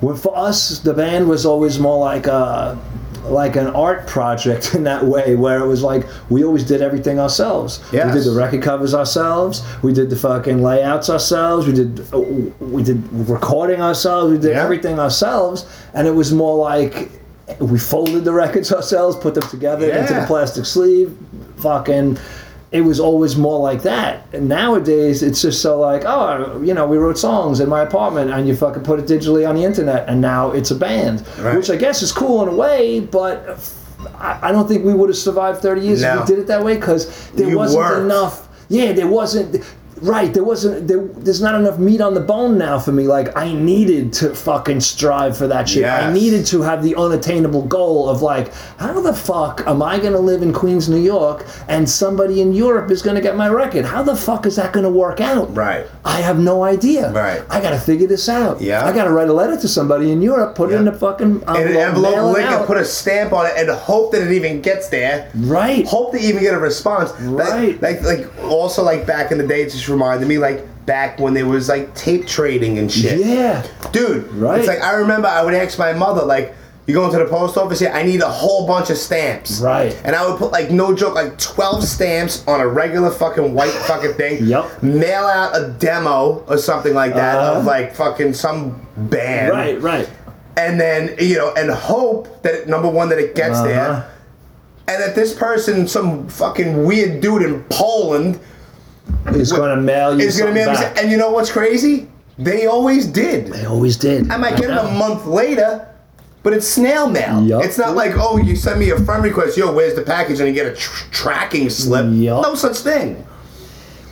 when for us the band was always more like a like an art project in that way where it was like we always did everything ourselves we did
Yes.
the record covers ourselves we did the fucking layouts ourselves we did uh, we did recording ourselves we did
Yeah.
everything ourselves and it was more like we folded the records ourselves put them together into the
Yeah.
plastic sleeve fucking it was always more like that. And nowadays, it's just so like, oh, you know, we wrote songs in my apartment and you fucking put it digitally on the internet and now it's a band,
Right.
which I guess is cool in a way, but I I don't think we would have survived 30 years
No.
if we did it that way because there
You
wasn't
worked.
enough. Yeah, there wasn't. Right, there wasn't. There, there's not enough meat on the bone now for me. Like I needed to fucking strive for that shit. I
Yes.
needed to have the unattainable goal of like, how the fuck am I gonna live in Queens, New York, and somebody in Europe is gonna get my record? How the fuck is that gonna work out?
Right.
I have no idea.
Right.
I gotta figure this out.
Yeah.
I gotta write a letter to somebody in Europe, put it in
Yeah.
a fucking envelope,
And an
mail
envelope
it
link
out.
and put a stamp on it and hope that it even gets there.
right.
hope they even get a response. Like-
Right.
Like, like, also like back in the day, it just reminded me like back when there was like tape trading and shit.
Yeah.
Dude,
Right.
It's like I remember I would ask my mother like. You going to the post office here? I need a whole bunch of stamps.
Right.
And I would put like no joke, like twelve stamps on a regular fucking white fucking thing.
Yep.
Mail out a demo or something like that
Uh-huh.
of like fucking some band
Right. Right.
and then you know and hope that number one that it gets
Uh-huh.
there and that this person some fucking weird dude in poland
It's
What-
gonna mail you.
is going to be
something
able to
back.
say- and you know what's crazy they always did
They always did.
i might get it
know.
a month later but it's snail mail
Yup.
it's not like oh you send me a friend request yo where's the package and you get a tr- tracking slip
Yup.
no such thing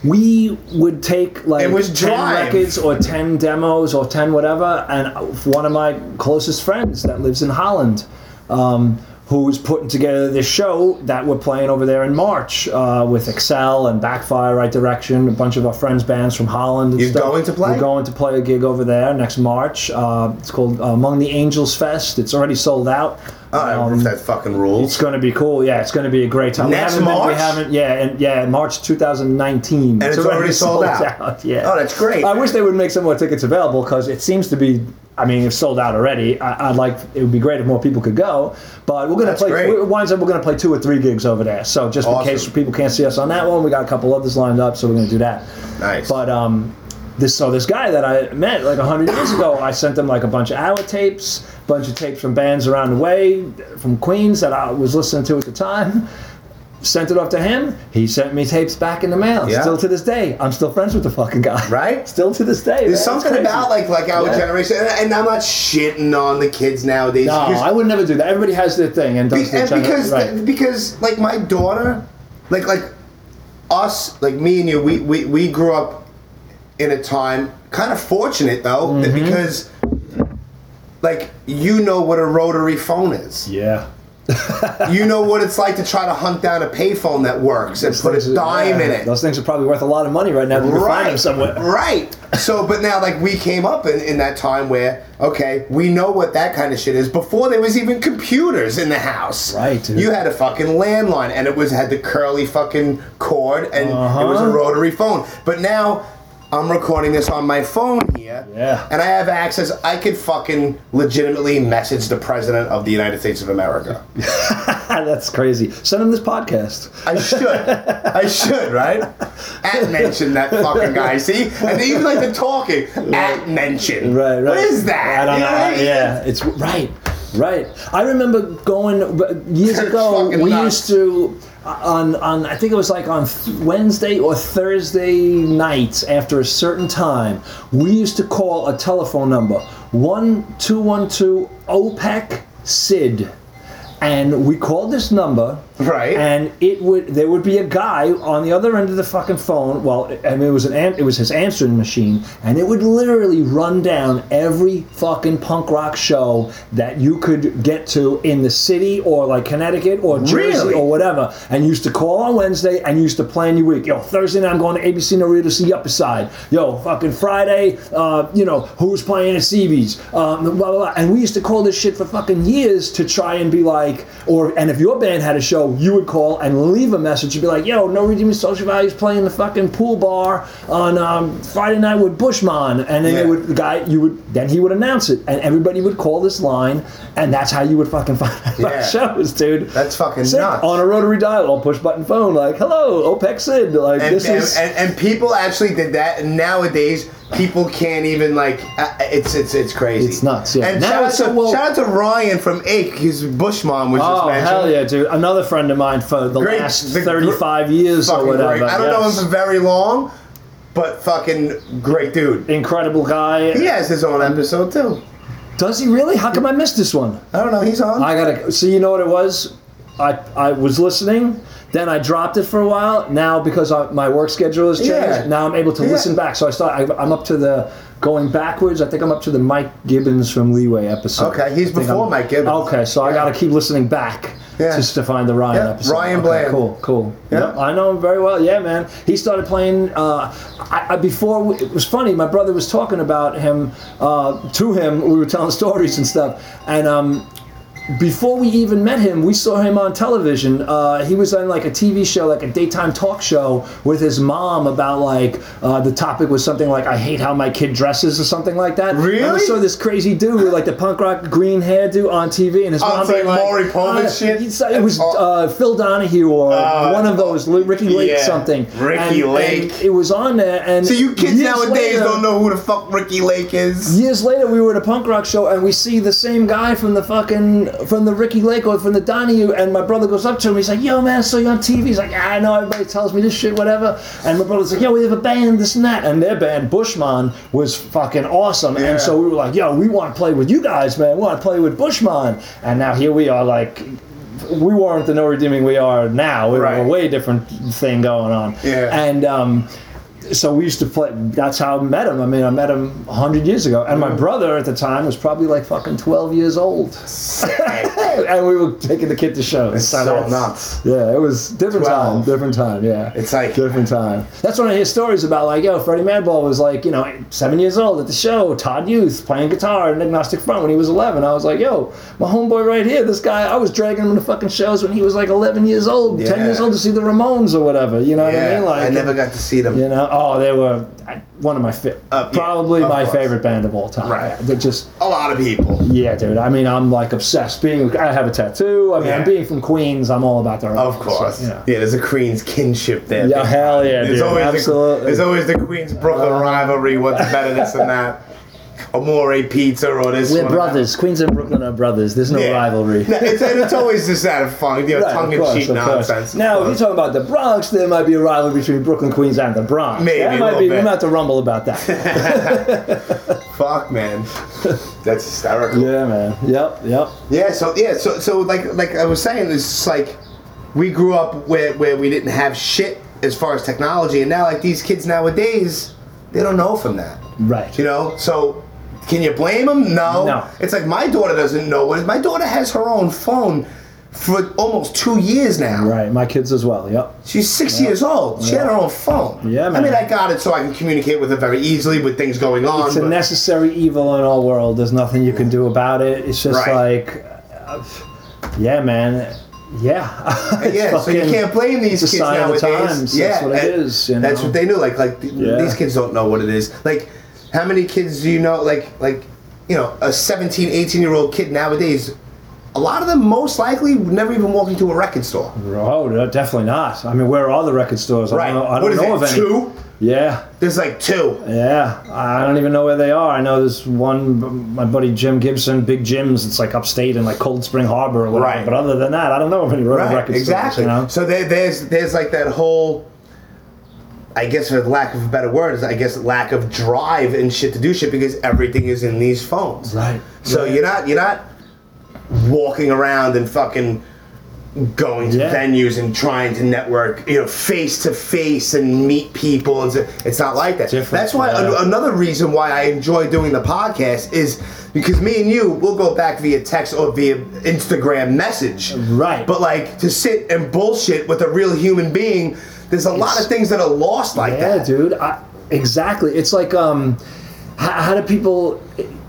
We would take like
It was
ten
drive.
records or ten demos or ten whatever, and one of my closest friends that lives in Holland, um, who was putting together this show that we're playing over there in March uh, with Excel and Backfire, Right Direction, a bunch of our friends' bands from Holland. And
You're
stuff.
going to play?
We're going to play a gig over there next March. Uh, it's called uh, Among the Angels Fest. It's already sold out.
I don't know
Um,
if that fucking
It's
rules
going to be cool. Yeah, it's going to be a great time.
Next
we haven't Been, we
March?
haven't. Yeah, and yeah, March 2019. And
it's already sold out.
Yeah.
Oh, that's great.
I wish they would make some more tickets available because it seems to be. I mean, it's sold out already. I, I'd like it would be great if more people could go. But we're going to
That's
play.
great.
It winds up we're going to play two or three gigs over there. So just
Awesome.
in case people can't see us on that one, we got a couple others lined up. So we're going to do that.
Nice.
But um, this so this guy that I met like hundred years ago, I sent him like a bunch of hour tapes, bunch of tapes from bands around the way, from Queens that I was listening to at the time. Sent it off to him. He sent me tapes back in the mail.
Yeah.
Still to this day, I'm still friends with the fucking guy.
Right?
Still to this day.
there's something about like like our
Yeah.
generation, and, and I'm not shitting on the kids nowadays.
No,
because-
I would never do that. Everybody has their thing and
Be-
does their
and
thing.
because
right.
because like my daughter, like like us, like me and you, we we, we grew up in a time kind of fortunate though that
Mm-hmm.
because like you know what a rotary phone is.
yeah.
You know what it's like to try to hunt down a payphone that works and put a dime in it.
Those things are probably worth a lot of money right now. if You can find them somewhere.
Right. So, but now, like, we came up in, in that time where, okay, we know what that kind of shit is. Before there was even computers in the house.
Right, dude.
You had a fucking landline, and it was had the curly fucking cord, and it was a
Uh-huh.
rotary phone. But now, I'm recording this on my phone here.
Yeah.
And I have access. I could fucking legitimately message the president of the United States of America.
That's crazy. Send him this podcast.
I should. I should, right? At mention that fucking guy. See? And even like the talking. At mention.
Right, right.
What is that?
I don't
You
know.
what I mean?
Yeah, it's right, right. I remember going but years
It's
ago.
fucking
We
nuts.
used to uh, on on I think it was like on th- Wednesday or Thursday nights after a certain time. We used to call a telephone number one two one two OPEC SID. And we called this number,
Right.
And it would there would be a guy on the other end of the fucking phone. Well, I mean it was an an- it was his answering machine, and it would literally run down every fucking punk rock show that you could get to in the city or like Connecticut or Jersey
Really?
or whatever. And you used to call on Wednesday and you used to plan your week. Yo, Thursday night I'm going to ABC Narita to see Upper Side. Yo, fucking Friday, uh, you know who's playing at CB's. Um, blah, blah blah. And we used to call this shit for fucking years to try and be like, or and if your band had a show, you would call and leave a message and be like, yo, no redeeming social values playing the fucking pool bar on um, Friday night with Bushman, and then
Yeah.
they would the guy you would then he would announce it and everybody would call this line and that's how you would fucking find out about
Yeah.
shows dude
That's fucking
Sick.
nuts.
on a rotary dial on push button phone like hello OPEC Sid like
and,
this
and,
is
and, and people actually did that and nowadays people can't even like uh, it's it's it's crazy
It's nuts, yeah.
and
Now
shout, out
it's
to,
a- well-
shout out to ryan from ake his bushmom was just
Oh
mentioned
hell yeah, dude! Another friend of mine for the
Great-
last
the gr-
thirty-five years or
Fucking great.
whatever.
i don't
yes.
know him for very long but fucking great dude
Incredible guy.
he has his own episode too
Does he really? How come I missed this one?
i don't know he's on
I gotta. So you know what it was? I I was listening. Then I dropped it for a while. Now because I, my work schedule has changed,
Yeah.
now I'm able to
Yeah.
listen back. So I start. I, I'm up to the going backwards. I think I'm up to the Mike Gibbons from Leeway episode.
Okay, he's
I think
before
I'm-
Mike Gibbons.
Okay, so I
Yeah.
gotta keep listening back.
Yeah.
Just to find the Ryan
Yeah,
episode.
Ryan
Okay,
Bland.
Cool, cool.
Yeah.
Yep, I know him very well. Yeah, man. He started playing. Uh, I, I, before we, it was funny. My brother was talking about him uh, to him. We were telling stories and stuff. And um, before we even met him, we saw him on television. Uh, he was on like a TV show, like a daytime talk show with his mom about like uh, the topic was something like I hate how my kid dresses or something like that. And
Really?
we saw this crazy dude with like the punk rock green hairdo on TV, and his
Oh,
mom
it's like
being like
Maury Povich
"Uh,
shit?"
it's- It was uh, Phil Donahue or
Oh,
one of those Lu- Ricky Lake
yeah.
something.
Ricky
And-
Lake.
and it was on there, and
so you kids
years
nowadays
later-
don't know who the fuck ricky lake is
Years later, we were at a punk rock show and we see the same guy from the fucking from the Ricky Lake or from the Donahue, and my brother goes up to him. He's like, "Yo, man, I saw you on TV." He's like, "Ah, "I know everybody tells me this shit, whatever." And my brother's like, "Yo, we have a band, this and that," and their band Bushman was fucking awesome,
Yeah.
and so we were like, "Yo, we want to play with you guys, man. We want to play with Bushman," and now here we are, like. We weren't the no redeeming we are now. We
Right.
were a way different thing going on.
Yeah.
And um, so we used to play. That's how I met him. I mean, I met him hundred years ago, and my brother at the time was probably like fucking twelve years old, and we were taking the kid to shows.
It's so
that's-
nuts.
Yeah, it was different
12.
time, different time. Yeah,
It's like-
different time. That's when I hear stories about like, yo, Freddie Madball was like, you know, seven years old at the show. Todd Youth playing guitar in Agnostic Front when he was eleven. I was like, yo, my homeboy right here, this guy. I was dragging him to fucking shows when he was like eleven years old, ten
Yeah.
years old to see the Ramones or whatever. You know what I
yeah
mean? Like,
i never got to see them
you know, oh, they were I- one of my fa-
Uh, yeah,
probably
of
my
course.
favorite band of all time.
Right.
They're just
a lot of people
yeah, dude. I mean, I'm like obsessed. Being I have a tattoo. I mean,
Yeah.
being from Queens, I'm all about the
Of
Ramones,
course.
So,
yeah.
yeah.
there's a Queen's kinship there.
Yeah, hell yeah,
There's
dude.
always The,
Absolutely. Uh,
there's always the Queen's Brooklyn rivalry, what's better this and that. Amore pizza or this.
We're
one or that.
brothers. Queens and Brooklyn are brothers. There's no
Yeah.
rivalry.
No, it's, and it's always just out of fun, you know,
Right, of
tongue in
course,
cheek
of course.
nonsense.
Now, if
But-
you're talking about the Bronx, there might be a rivalry between Brooklyn, Queens, and the Bronx.
Maybe
that
a
might
little
be.
bit.
We might have to rumble about that.
Fuck, man. That's hysterical. Yeah.
yeah, man. Yep, yep.
so, yeah, so, so like, like I was saying, it's just like we grew up where, where we didn't have shit as far as technology, and now, like, these kids nowadays, they don't know from that.
Right.
You know, so can you blame them? No.
No.
It's like my daughter doesn't know what. My daughter has her own phone for almost two years now.
Right. My kids as well. Yep.
She's six years old. She had her own phone.
Yeah,
I
man.
mean, I got it so I can communicate with her very easily with things going on.
it's a
but-
necessary evil in our world. There's nothing you can do about it. It's just
Right.
like, uh, yeah, man. yeah, It's
yeah, so you
fucking-
can't blame these
it's a
kids
sign of the
nowadays.
times.
Yeah,
That's what it
and
is, you
That's
know?
what they knew. Like, like th-
Yeah.
these kids don't know what it is. Like, how many kids do you know? Like, like you know, a 17, 18 year old kid nowadays. A lot of them most likely would never even walk into a record store.
Oh, no, definitely not. I mean, where are the record stores? I
Right.
don't know, I
What
don't
is
know
it?
of any.
Two?
Yeah,
There's like two.
yeah. I don't even know where they are. I know there's one, my buddy Jim Gibson, Big Jim's. It's like upstate in like Cold Spring Harbor or whatever.
Right.
But other than that, I don't know of any record
Right,
stores.
exactly.
You know?
So there, there's there's like that whole, I guess for lack of better words, I guess lack of drive and shit to do shit because everything is in these phones.
Right.
So
Right.
you're not you're not walking around and fucking going to
Yeah.
venues and trying to network, you know, face to face and meet people. And so, it's not like that.
different,
That's why
yeah.
an- another reason why I enjoy doing the podcast is because me and you will go back via text or via Instagram message.
Right.
But like to sit and bullshit with a real human being, there's a lot of things that are lost like
yeah,
that.
dude. I, exactly. It's like, um, how, how do people?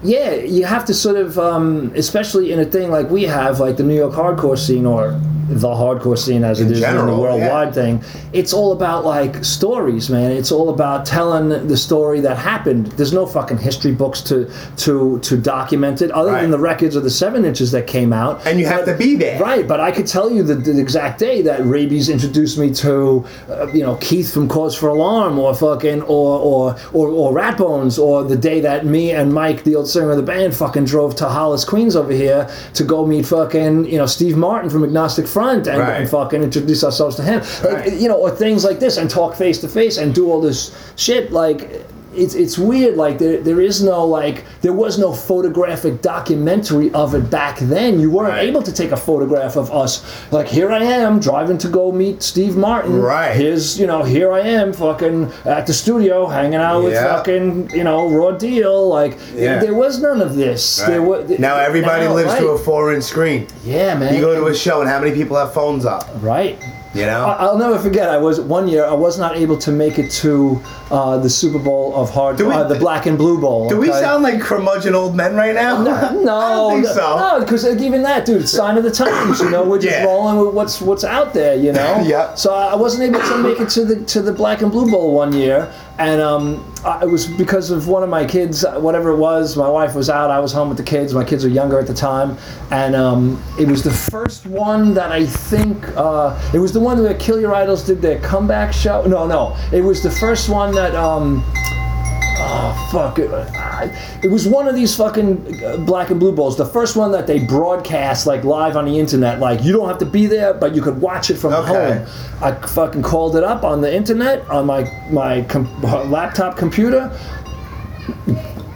Yeah, you have to sort of, um, especially in a thing like we have, like the New York hardcore scene or the hardcore scene as it is in
general,
the
yeah.
worldwide thing. It's all about like stories, man. It's all about telling the story that happened. There's no fucking history books to to to document it, other
Right.
than the records of the seven inches that came out.
And you have
But-
to be there.
Right, but I could tell you the, the exact day that rabies introduced me to, uh, you know, Keith from Cause for Alarm, or fucking, or or or, or Ratbones, or the day that me and Mike, the old singer of the band, fucking drove to Hollis, Queens, over here to go meet fucking, you know, Steve Martin from Agnostic Front, and,
Right.
and fucking introduce ourselves to him, like,
Right.
you know, or things like this, and talk face to face and do all this shit, like. It's, it's weird like there, there is no like there was no photographic documentary of it back then you weren't
Right.
able to take a photograph of us. Like here I am driving to go meet Steve Martin.
Right.
Here's you know here I am fucking at the studio hanging out with
Yeah.
fucking you know Raw Deal. Like
Yeah.
there was none of this.
Right.
There was
now everybody lives to a
right.
four-inch screen.
yeah man.
You Uh, go to a show, and how many people have phones up?
right.
You know.
I- I'll never forget. I was one year. I was not able to make it to uh, the Super Bowl of hard,
Do we-
uh, the Black and Blue Bowl.
Do we
okay?
sound like curmudgeon old men right now?
No,
I don't think
no,
so.
because even that, dude, sign of the times. You know, we're just
Yeah.
rolling with what's what's out there. You know.
Yeah.
So I I wasn't able to make it to the to the Black and Blue Bowl one year, and um, I, it was because of one of my kids. uh, Whatever it was, my wife was out. I was home with the kids. My kids were younger at the time, and um, it was the first one that I think uh, it was the one where Kill Your Idols did their comeback show. No, no, it was the first one that. Um, fuck it. I- It was one of these fucking uh, black and blue bowls. The first one that they broadcast like live on the internet. Like you don't have to be there, but you could watch it from
Okay.
home. I fucking called it up on the internet on my my com- uh, laptop computer.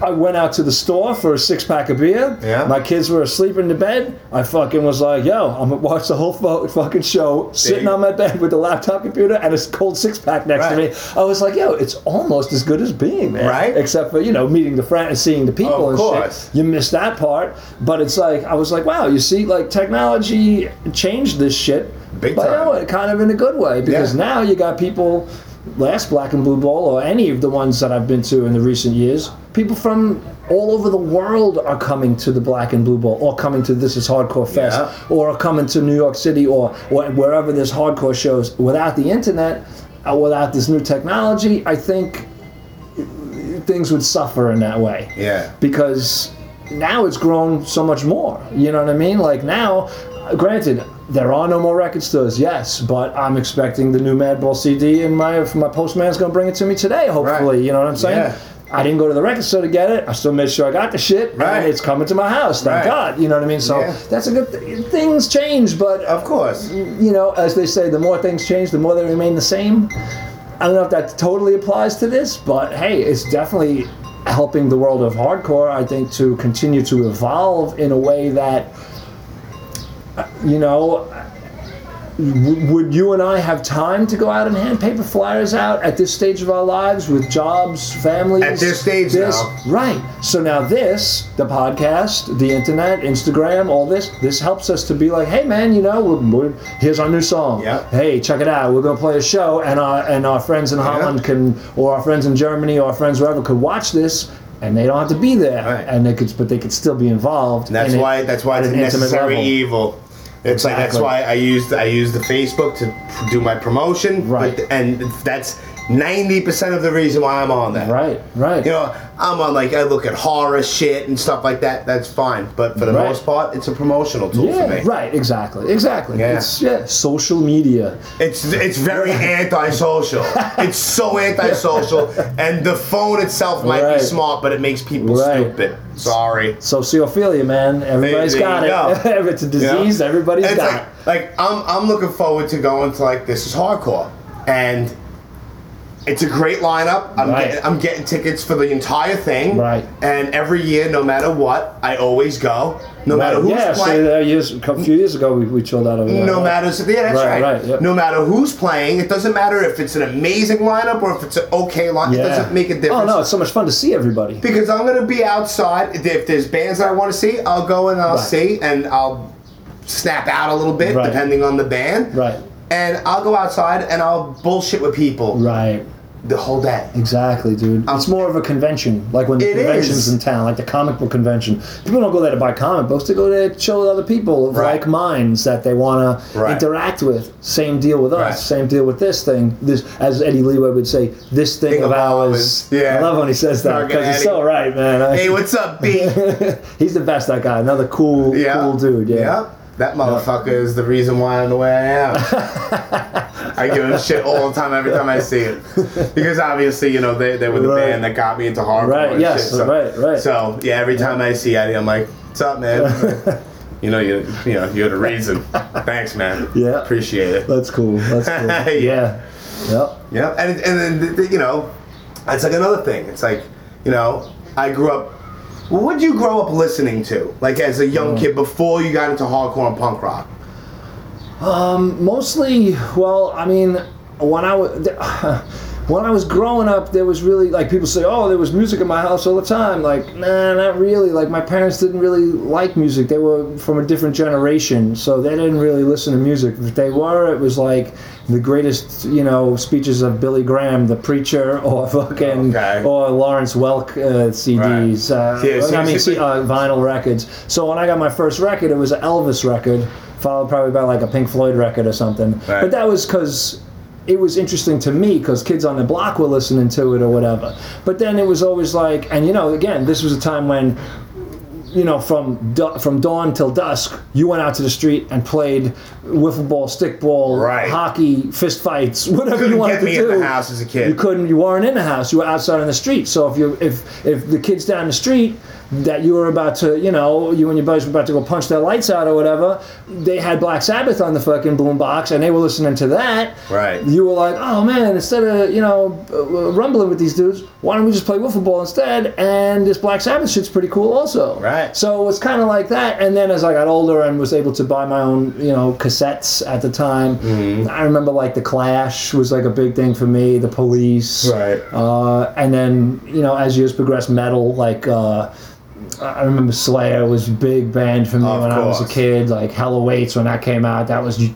I went out to the store for a six pack of beer.
Yeah.
My kids were asleep in the bed. I fucking was like, yo, I'm gonna watch the whole fo- fucking show sitting
you-
on my bed with the laptop computer and a cold six pack next to me.
Right.
I was like, yo, it's almost as good as being there.
Right.
Except for, you know, meeting the friend and seeing the people
Of
and
course.
shit. You missed that part. But it's like, I was like, wow, you see, like, technology changed this shit.
Big
but,
time.
oh, it kind of in a good way because
Yeah.
now you got people, last Black and Blue Bowl or any of the ones that I've been to in the recent years, people from all over the world are coming to the Black and Blue Bowl or coming to This Is Hardcore Fest
Yeah.
or are coming to New York City or, or wherever there's hardcore shows. Without the internet, uh, without this new technology, I think things would suffer in that way.
Yeah.
Because now it's grown so much more. You know what I mean? Like now, granted, there are no more record stores, yes, but I'm expecting the new Madball CD and my my postman's gonna bring it to me today, hopefully.
Right.
You know what I'm saying?
Yeah.
I didn't go to the record store to get it. I still made sure I got the shit.
Right.
And it's coming to my house.
Right.
Thank God. You know what I mean? So
Yeah.
that's a good th- Things change, but
Of course.
you know, as they say, the more things change, the more they remain the same. I don't know if that totally applies to this, but hey, it's definitely helping the world of hardcore, I think, to continue to evolve in a way that, uh, you know, w- would you and I have time to go out and hand paper flyers out at this stage of our lives with jobs, families?
At this stage
this,
now.
Right. So now this, the podcast, the internet, Instagram, all this, this helps us to be like, hey man, you know, we're, we're, here's our new song.
Yeah.
Hey, check it out. We're gonna play a show, and our and our friends in Holland can, or our friends in Germany, or our friends wherever could watch this, and they don't have to be there,
Right.
and they could, but they could still be involved.
And that's
in it
why that's why
at
it's a
an intimate
necessary
level.
evil. It's like that's
Exactly.
why I used I used the Facebook to p- do my promotion,
Right.
but- and that's ninety percent of the reason why I'm on that.
Right, right.
You know, I'm on like I look at horror shit and stuff like that. That's fine, but for the
Right.
most part, it's a promotional tool for me.
yeah, right, exactly, exactly.
Yeah.
It's yeah, social media.
It's it's very antisocial. It's so antisocial, and the phone itself might
Right.
be smart, but it makes people
Right.
stupid. Sorry.
Sociophilia, man. Everybody's
There-
got
there
it.
you go.
if it's a
You know?
disease, everybody's
it's
got
like, like I'm I'm looking forward to going to like this is hardcore and it's a great lineup. I'm
Right.
getting I'm getting tickets for the entire thing.
Right.
And every year, no matter what, I always go. No
it.
matter who's
yeah,
playing.
so there years, a few years ago, we, we chilled out over there.
No
right?
matter, yeah, that's right.
Right, right, yep.
No matter who's playing, it doesn't matter if it's an amazing lineup or if it's an okay lineup. It doesn't make a difference.
Oh no, it's so much fun to see everybody.
because I'm gonna be outside. If- If there's bands that I want to see, I'll go and I'll
Right.
see, and I'll snap out a little bit
Right.
depending on the band.
Right,
And I'll go outside and I'll bullshit with people
right,
the whole day.
exactly, dude. it's more of a convention, like when the
Um, It
convention's
is.
in town, like the comic book convention. People don't go there to buy comic books; they go there to chill with other people of
Right.
like minds that they want
Right.
to interact with. Same deal with us.
Right.
Same deal with this thing. This, as Eddie Leeway would say, this thing,
Thing
of
of
ours.
ours. Yeah.
I love when he says that
Fucking
because he's
Eddie.
so right, man. I-
Hey, what's up, B?
he's the best. That guy, another cool, cool dude.
Yeah. That motherfucker is the reason why I'm the way I am. I give him shit all the time every time I see him. Because obviously, you know, they, they were the
Right.
band that got me into hardcore
Right,
and
yes,
shit. So,
right, right.
So, yeah, every time I see Eddie, I'm like, what's up, man? you know, you, you know, you're the reason. Thanks, man.
Yeah.
Appreciate it.
That's cool. That's cool.
Yeah.
yeah. Yep.
Yeah, and and then th- th- you know, it's like another thing. It's like you know, I grew up. What did you grow up listening to, like as a young
Mm.
kid before you got into hardcore and punk rock?
Mostly, well, I mean, when I was when I was growing up, there was really like people say, "Oh, there was music in my house all the time." Like, nah, not really. Like my parents didn't really like music. They were from a different generation, so they didn't really listen to music. If they were, it was like the greatest, you know, speeches of Billy Graham, the preacher, or fucking,
Okay.
or Lawrence Welk uh, CDs.
Right.
Uh,
Yeah, so
I mean,
you see-
C- uh, vinyl records. So when I got my first record, it was an Elvis record, followed probably by like a Pink Floyd record or something.
Right.
But that was because it was interesting to me because kids on the block were listening to it or whatever. But then it was always like, and you know, again, this was a time when. You know, from du- from dawn till dusk, you went out to the street and played wiffle ball, stickball,
Right.
hockey, fist fights, whatever
Couldn't
you wanted
get
to
me in
do.
the house as a kid.
You couldn't. You weren't in the house. You were outside on the street. So if you if if the kids down the street that you were about to you know you and your buddies were about to go punch their lights out or whatever, they had Black Sabbath on the fucking boombox and they were listening to that.
Right.
You were like, oh man, instead of you know uh, rumbling with these dudes, why don't we just play wiffle ball instead? And this Black Sabbath shit's pretty cool also.
Right.
So it's kind of like that. And then as I got older and was able to buy my own, you know, cassettes at the time, I remember like The Clash was like a big thing for me, The Police.
Right.
Uh, and then, you know, as years progressed, metal, like, uh, I remember Slayer was a big band for me
Of
when I was a
course.
kid. Like Hell Awaits when that came out, that was j-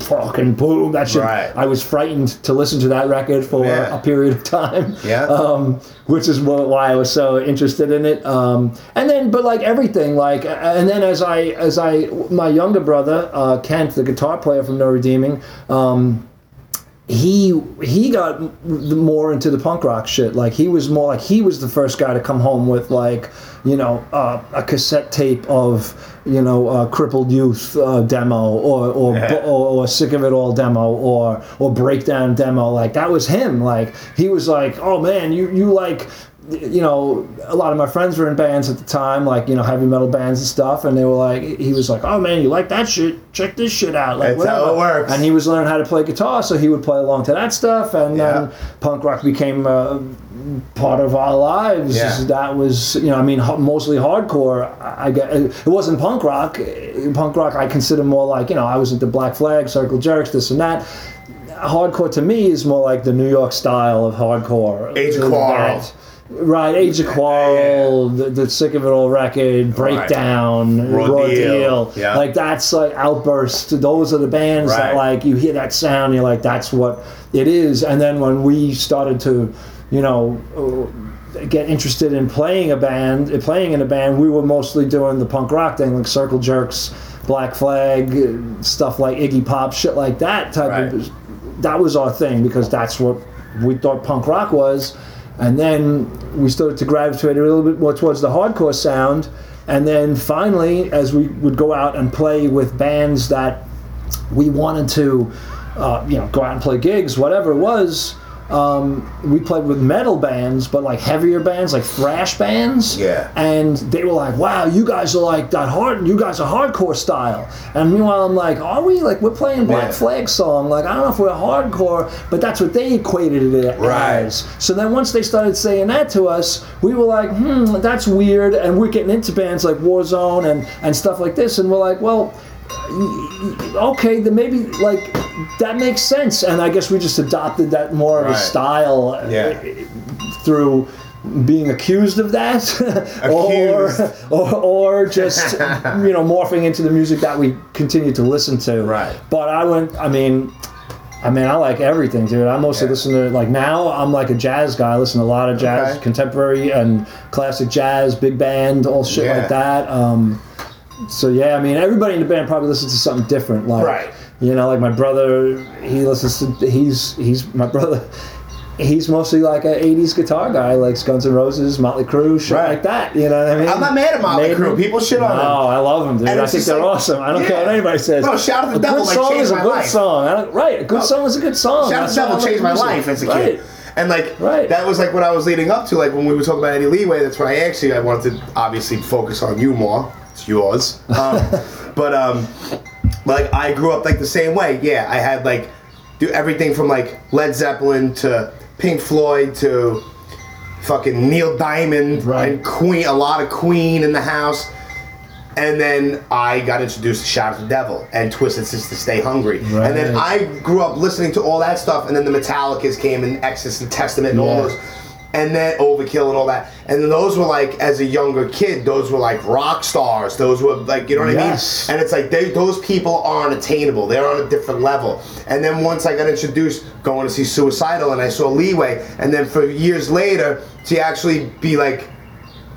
fucking boom. That shit.
Right.
I was frightened to listen to that record for
Yeah.
a period of time.
Yeah.
Um, which is wh- why I was so interested in it. Um, and then, but like everything, like, and then as I, as I, my younger brother, uh, Kent, the guitar player from No Redeeming, um, he he got m- the- more into the punk rock shit. Like he was more like he was the first guy to come home with like you know uh, a cassette tape of you know uh, crippled youth uh, demo or or,
Yeah.
or or sick of it all demo or or breakdown demo. Like that was him. Like he was like oh man you you like you know a lot of my friends were in bands at the time like you know heavy metal bands and stuff and they were like he was like oh man you like that shit check this shit out like
That's how
whatever.
it works.
and he was learning how to play guitar, so he would play along to that stuff, and
Yeah.
then punk rock became uh, part of our lives.
Yeah.
That was, you know, I mean, ho- mostly hardcore. I I get uh, it wasn't punk rock. Eh, Punk rock, I consider more like, you know, I was into Black Flag, Circle Jerks, this and that. Hardcore to me is more like the New York style of hardcore.
Age of
That-
Quarrel.
Right, Age of Quarrel, the, the Sick of It All record, Breakdown,
Raw
Raw,
Deal.
Deal.
Yeah.
Like that's like Outburst. Those are the bands that
Right.
like you hear that sound, you're like, that's what it is. And then when we started to, you know, uh, get interested uh, in playing a band, playing in a band, we were mostly doing the punk rock thing, like Circle Jerks. Black Flag, uh, stuff like Iggy Pop, shit like that type
Right.
of. That was our thing because that's what we thought punk rock was, and then we started to gravitate a little bit more towards the hardcore sound, and then finally, as we would go out and play with bands that we wanted to, uh, you know, go out and play gigs, whatever it was. Um, we played with metal bands, but like heavier bands, like thrash bands.
Yeah.
And they were like, "Wow, you guys are like that hard. You guys are hardcore style." And meanwhile, I'm like, "Are we? Like, we're playing Black
Yeah.
Flag song. Like, I don't know if we're hardcore, but that's what they equated it
Right.
as." So then once they started saying that to us, we were like, "Hmm, that's weird." And we're getting into bands like Warzone and and stuff like this, and we're like, "Well." okay, then maybe like that makes sense. And I guess we just adopted that more of
Right.
a style uh,
Yeah.
through being accused of that or,
Accused.
or or just you know morphing into the music that we continue to listen to
Right.
but i went i mean i mean i like everything dude i mostly
Yeah.
listen to like now i'm like a jazz guy i listen to a lot of jazz
Okay.
contemporary and classic jazz big band all shit
Yeah.
like that um, so yeah, I mean, everybody in the band probably listens to something different. Like,
Right.
You know, like my brother, he listens to he's he's my brother. He's mostly like a '80s guitar guy, likes Guns N' Roses, Motley Crue, shit
Right.
like that. You know what I mean?
I'm not mad at Motley
Maiden.
Crue. People shit on
no,
him.
I love them, dude.
And
I
it's
think
just
they're
like-
awesome. I don't
Yeah.
care what anybody says.
No, Shout to the
a
Devil,
good
like,
song
changed
is a
my
good
life.
song. I don't, right, a good song is a good song.
Shout out
Oh, That's
to
why I
Devil
like
changed my
music.
life as a
Right.
kid. And like
Right.
that was like what I was leading up to, like when we were talking about Eddie Leeway. That's why I actually I wanted to obviously focus on you more. It's yours. Um, but um, like I grew up like the same way. Yeah, I had like do everything from like Led Zeppelin to Pink Floyd to fucking Neil Diamond
Right.
and Queen. A lot of Queen in the house. And then I got introduced to Shout at the Devil and Twisted Sister Stay Hungry. And then
Right.
I grew up listening to all that stuff, and then the Metallicas came and Exodus and Testament and all
Yeah.
those, and then Overkill and all that. And then those were like, as a younger kid, those were like rock stars. Those were like, you know what
Yes.
I mean? And it's like, they, those people aren't attainable, they're on a different level. And then once I got introduced, going to see Suicidal, and I saw Leeway, and then for years later, to actually be like,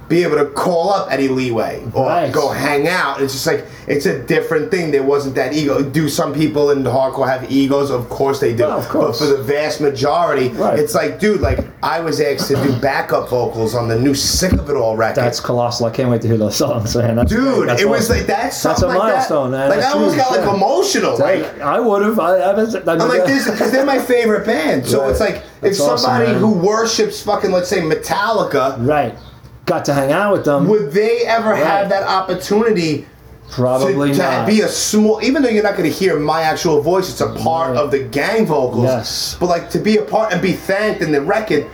be able to call up Eddie Leeway or
Right.
go hang out. It's just like it's a different thing. There wasn't that ego. Do some people in hardcore have egos? Of course they do.
Well, of course.
But for the vast majority,
Right.
it's like, dude, like I was asked to do backup vocals on the new Sick of It All record.
That's colossal. I can't wait to hear those songs, man. That's great.
dude,
That's
it was
awesome.
like that's
That's
something
a
like
milestone,
that.
man.
Like
That's
I almost
huge,
got like
yeah.
emotional. Like
I would have. I, I, was- I,
I'm like this because they're my favorite band. So
Right.
it's like if
That's awesome,
somebody
man.
who worships fucking let's say Metallica,
Right. Got to hang out with them.
would they ever have that opportunity?
Probably
to, to
not.
be a small even though you're not going to hear my actual voice it's a part
Right.
of the gang vocals
Yes.
but like to be a part and be thanked in the record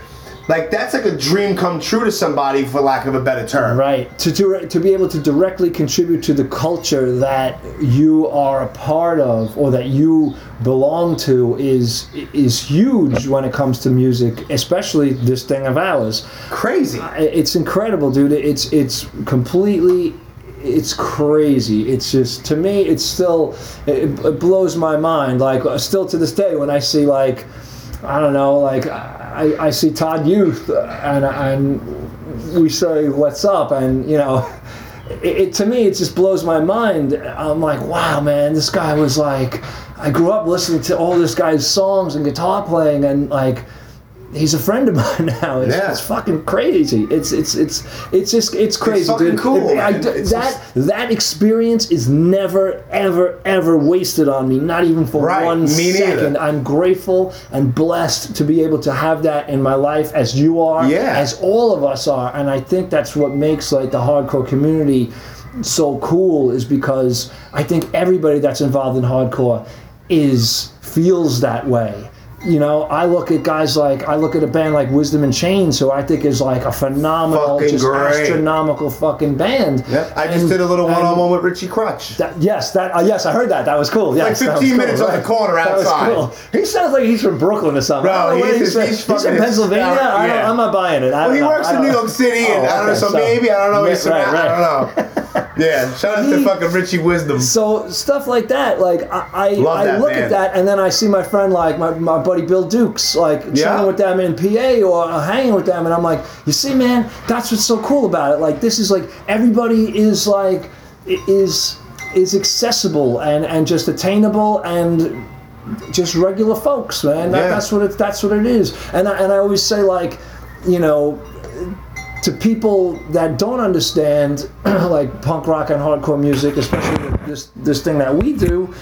like that's like a dream come true to somebody for lack of a better term
right. To, to to be able to directly contribute to the culture that you are a part of or that you belong to is is huge when it comes to music, especially this thing of ours.
crazy
I- it's incredible, dude. It's it's completely, it's crazy. It's just to me, it's still it, it blows my mind. Like uh, still to this day, when I see like, I don't know, like I, I see Todd Youth uh, and and we say what's up, and you know. It, it to me, it just blows my mind. I'm like, wow, man, this guy was like, I grew up listening to all this guy's songs and guitar playing, and like, he's a friend of mine now. It's,
Yeah.
it's fucking crazy. It's it's it's it's just it's crazy,
fucking
dude.
cool,
It- I-
man.
that
It's
that experience is never ever ever wasted on me. Not even for
Right,
one
me neither.
second. I'm grateful and blessed to be able to have that in my life, as you are,
Yeah.
as all of us are, and I think that's what makes like the hardcore community so cool is because I think everybody that's involved in hardcore is feels that way. You know, I look at guys like I look at a band like Wisdom and Chains, who I think is like a phenomenal,
Fucking
just
great.
astronomical fucking band.
yeah, i just
And-
did a little
and
one-on-one with richie crutch
that- yes, that uh, yes, I heard that. That was cool. Yes, that
15
was cool,
minutes on the corner
That was
outside.
cool. He sounds like he's from Brooklyn or something.
Bro,
I don't know
he
where
is-
he's, from.
he's
He's
fucking-
from Pennsylvania.
Yeah.
I don't, I'm not buying it. I
well,
don't
Oh, he
know.
works
I
in
don't
New
know.
York City, and
Oh,
I don't know,
okay,
so, maybe I don't know. He's
Yeah,
around,
right,
I don't know. Yeah, shout out to
He-
fucking Richie Wisdom.
So stuff like that, like I, I,
Mm-hmm. Love
I
that
look
band.
at that, and then I see my friend, like my, my buddy Bill Dukes, like
Yeah.
chilling with them in PA or hanging with them, and I'm like, you see, man, that's what's so cool about it. Like this is like everybody is like i- is is accessible and and just attainable and just regular folks, man. That,
Yeah.
That's what it that's what it is. And I, and I always say like, you know, to people that don't understand like punk rock and hardcore music, especially this this thing that we do.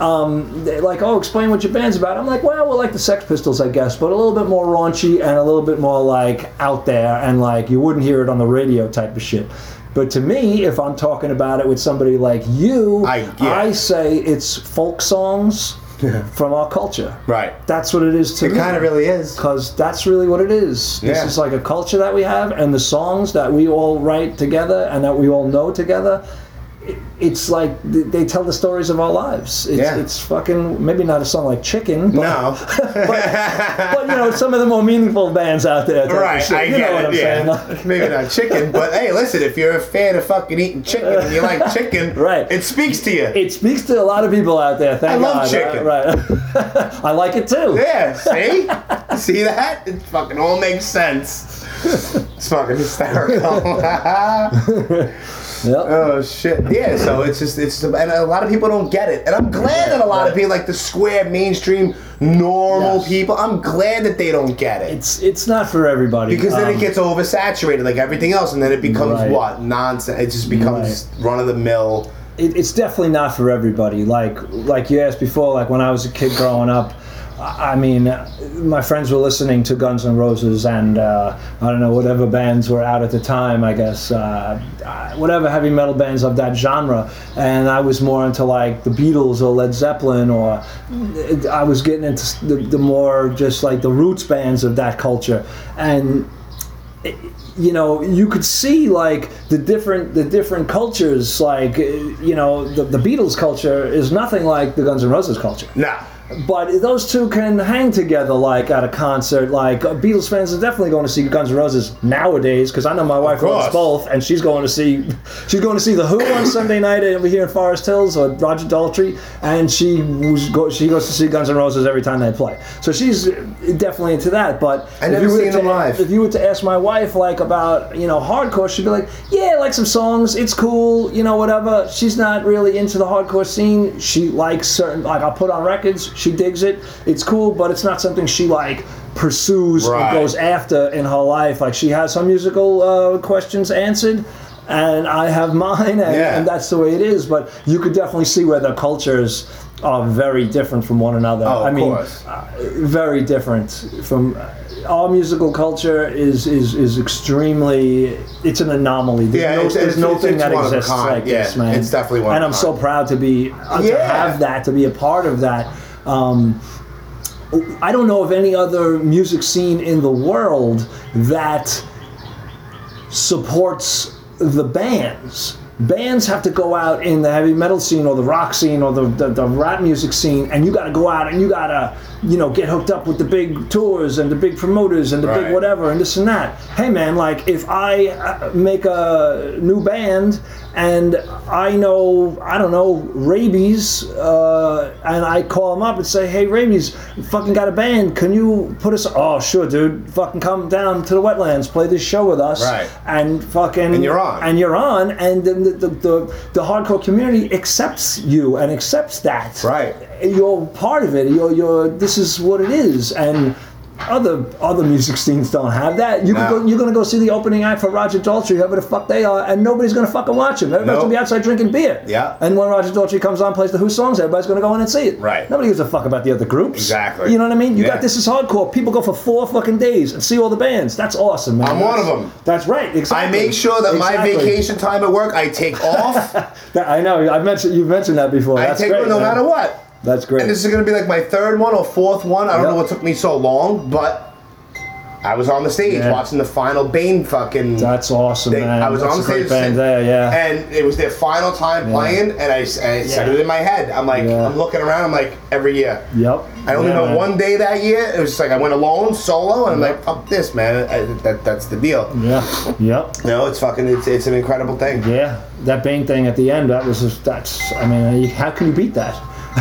Um, they're like, oh, explain what your band's about. I'm like, well, we're like the Sex Pistols, I guess, but a little bit more raunchy and a little bit more like out there and like you wouldn't hear it on the radio type of shit. But to me, if I'm talking about it with somebody like you,
I- yeah.
I say it's folk songs from our culture.
Right.
That's what it is to
It
me.
kind of really is.
Because that's really what it is. This
Yeah.
is like a culture that we have, and the songs that we all write together and that we all know together. i- It's like th- they tell the stories of our lives. It's,
Yeah.
it's fucking maybe not a song like Chicken, but,
No.
but you know some of the more meaningful bands out there. type of
Right,
shit.
I
you
get
know what
it.
I'm saying?
yeah,
Like-
maybe not chicken, but hey, listen, if you're a fan of fucking eating chicken and you like chicken,
Right.
it speaks to you.
It speaks to a lot of people out there. Thank
I love
God,
Chicken.
Right. right. I like it too.
yeah, see, see that? It fucking all makes sense. It's fucking hysterical.
Yep.
Oh shit! Yeah, so it's just it's and a lot of people don't get it, and I'm glad that a lot of people like the square mainstream normal
Yes.
people. I'm glad that they don't get it
It's it's not for everybody
because then it
um,
gets oversaturated like everything else, and then it becomes
Right.
what nonsense. It just becomes run of the mill.
it, it's definitely not for everybody. Like like you asked before, like when I was a kid growing up, I I mean, uh, my friends were listening to Guns N' Roses and uh, I don't know whatever bands were out at the time. I guess uh, uh, whatever heavy metal bands of that genre, and I was more into like the Beatles or Led Zeppelin, or I was getting into s- the, the more just like the roots bands of that culture, and you know you could see like the different the different cultures like uh, you know the, the beatles culture is nothing like the guns n' roses culture
Nah,
but those two can hang together like at a concert like uh, beatles fans are definitely going to see guns n' roses nowadays because i know my wife
course.
loves both and she's going to see she's going to see the who on sunday night over here in forest hills or roger daltrey and she was go, she goes to see guns n' roses every time they play so she's eh, definitely into that but
I
if
never
you were
seen
to-
them live.
if you were to ask my wife like about you know hardcore, she'd be like, yeah, I like some songs, it's cool, you know whatever. She's not really into the hardcore scene. She likes certain like I'll put on records, she digs it, it's cool, but it's not something she like pursues
Right.
and goes after in her life. Like she has some musical uh, questions answered. And I have mine, and,
Yeah.
and that's the way it is. But you could definitely see where their cultures are very different from one another.
Oh, of
I mean, uh,
course.
very different from our musical culture is is is extremely it's an anomaly there's
Yeah,
no,
it's-
there's
it's-
no
it's-
thing
it's
that
one of a
exists
kind.
like this
Yeah,
man
it's definitely one
and
of
i'm
a
so
kind.
proud to be uh, to
Yeah.
have that to be a part of that um I don't know of any other music scene in the world that supports the bands. Bands have to go out in the heavy metal scene or the rock scene or the, the, the rap music scene, and you got to go out and you got to, you know, get hooked up with the big tours and the big promoters and the
Right.
big whatever and this and that. Hey, man, like if I uh, make a new band and I know, I don't know, Rabies, uh, and I call him up and say, hey, Rabies, fucking got a band. Can you put us? Oh, sure, dude. Fucking come down to the wetlands, play this show with us
Right.
and fucking
And you're on.
and you're on and then the the, the, the hardcore community accepts you and accepts that
Right.
you're part of it you're, you're this is what it is and other other music scenes don't have that you
No.
could go, you're gonna go see the opening act for Roger Daltrey whoever the fuck they are and nobody's gonna fucking watch him everybody's
Nope.
gonna be outside drinking beer
Yeah.
and when Roger Daltrey comes on plays the Who songs everybody's gonna go in and see it
Right.
nobody gives a fuck about the other groups
Exactly.
you know what I mean you
Yeah.
got this is hardcore people go for four fucking days and see all the bands that's awesome man
I'm one of 'em.
that's right exactly
I make sure that
Exactly.
my vacation time at work, I take off.
That, I know. I've mentioned you've mentioned that before.
I
That's
take
great,
one no
man.
matter what.
That's great.
And this is gonna be like my third one or fourth one. I don't
Yep.
know what took me so long, but I was on the stage
Yeah.
watching the final Bane fucking.
That's awesome,
thing.
man.
I was
That's
on
a great
stage
band there, yeah.
and it was their final time playing, and I, s- I said
Yeah.
it in my head. I'm like,
Yeah.
I'm looking around. I'm like, every year.
yep.
I only
Yeah,
went
man.
one day that year. It was just like I went alone, solo, and I'm like, fuck this, man. I, that, that's the deal.
Yeah. Yep.
No, it's fucking. It's, it's an incredible thing.
Yeah. That Bane thing at the end. That was just, that's. I mean, you- how can you beat that?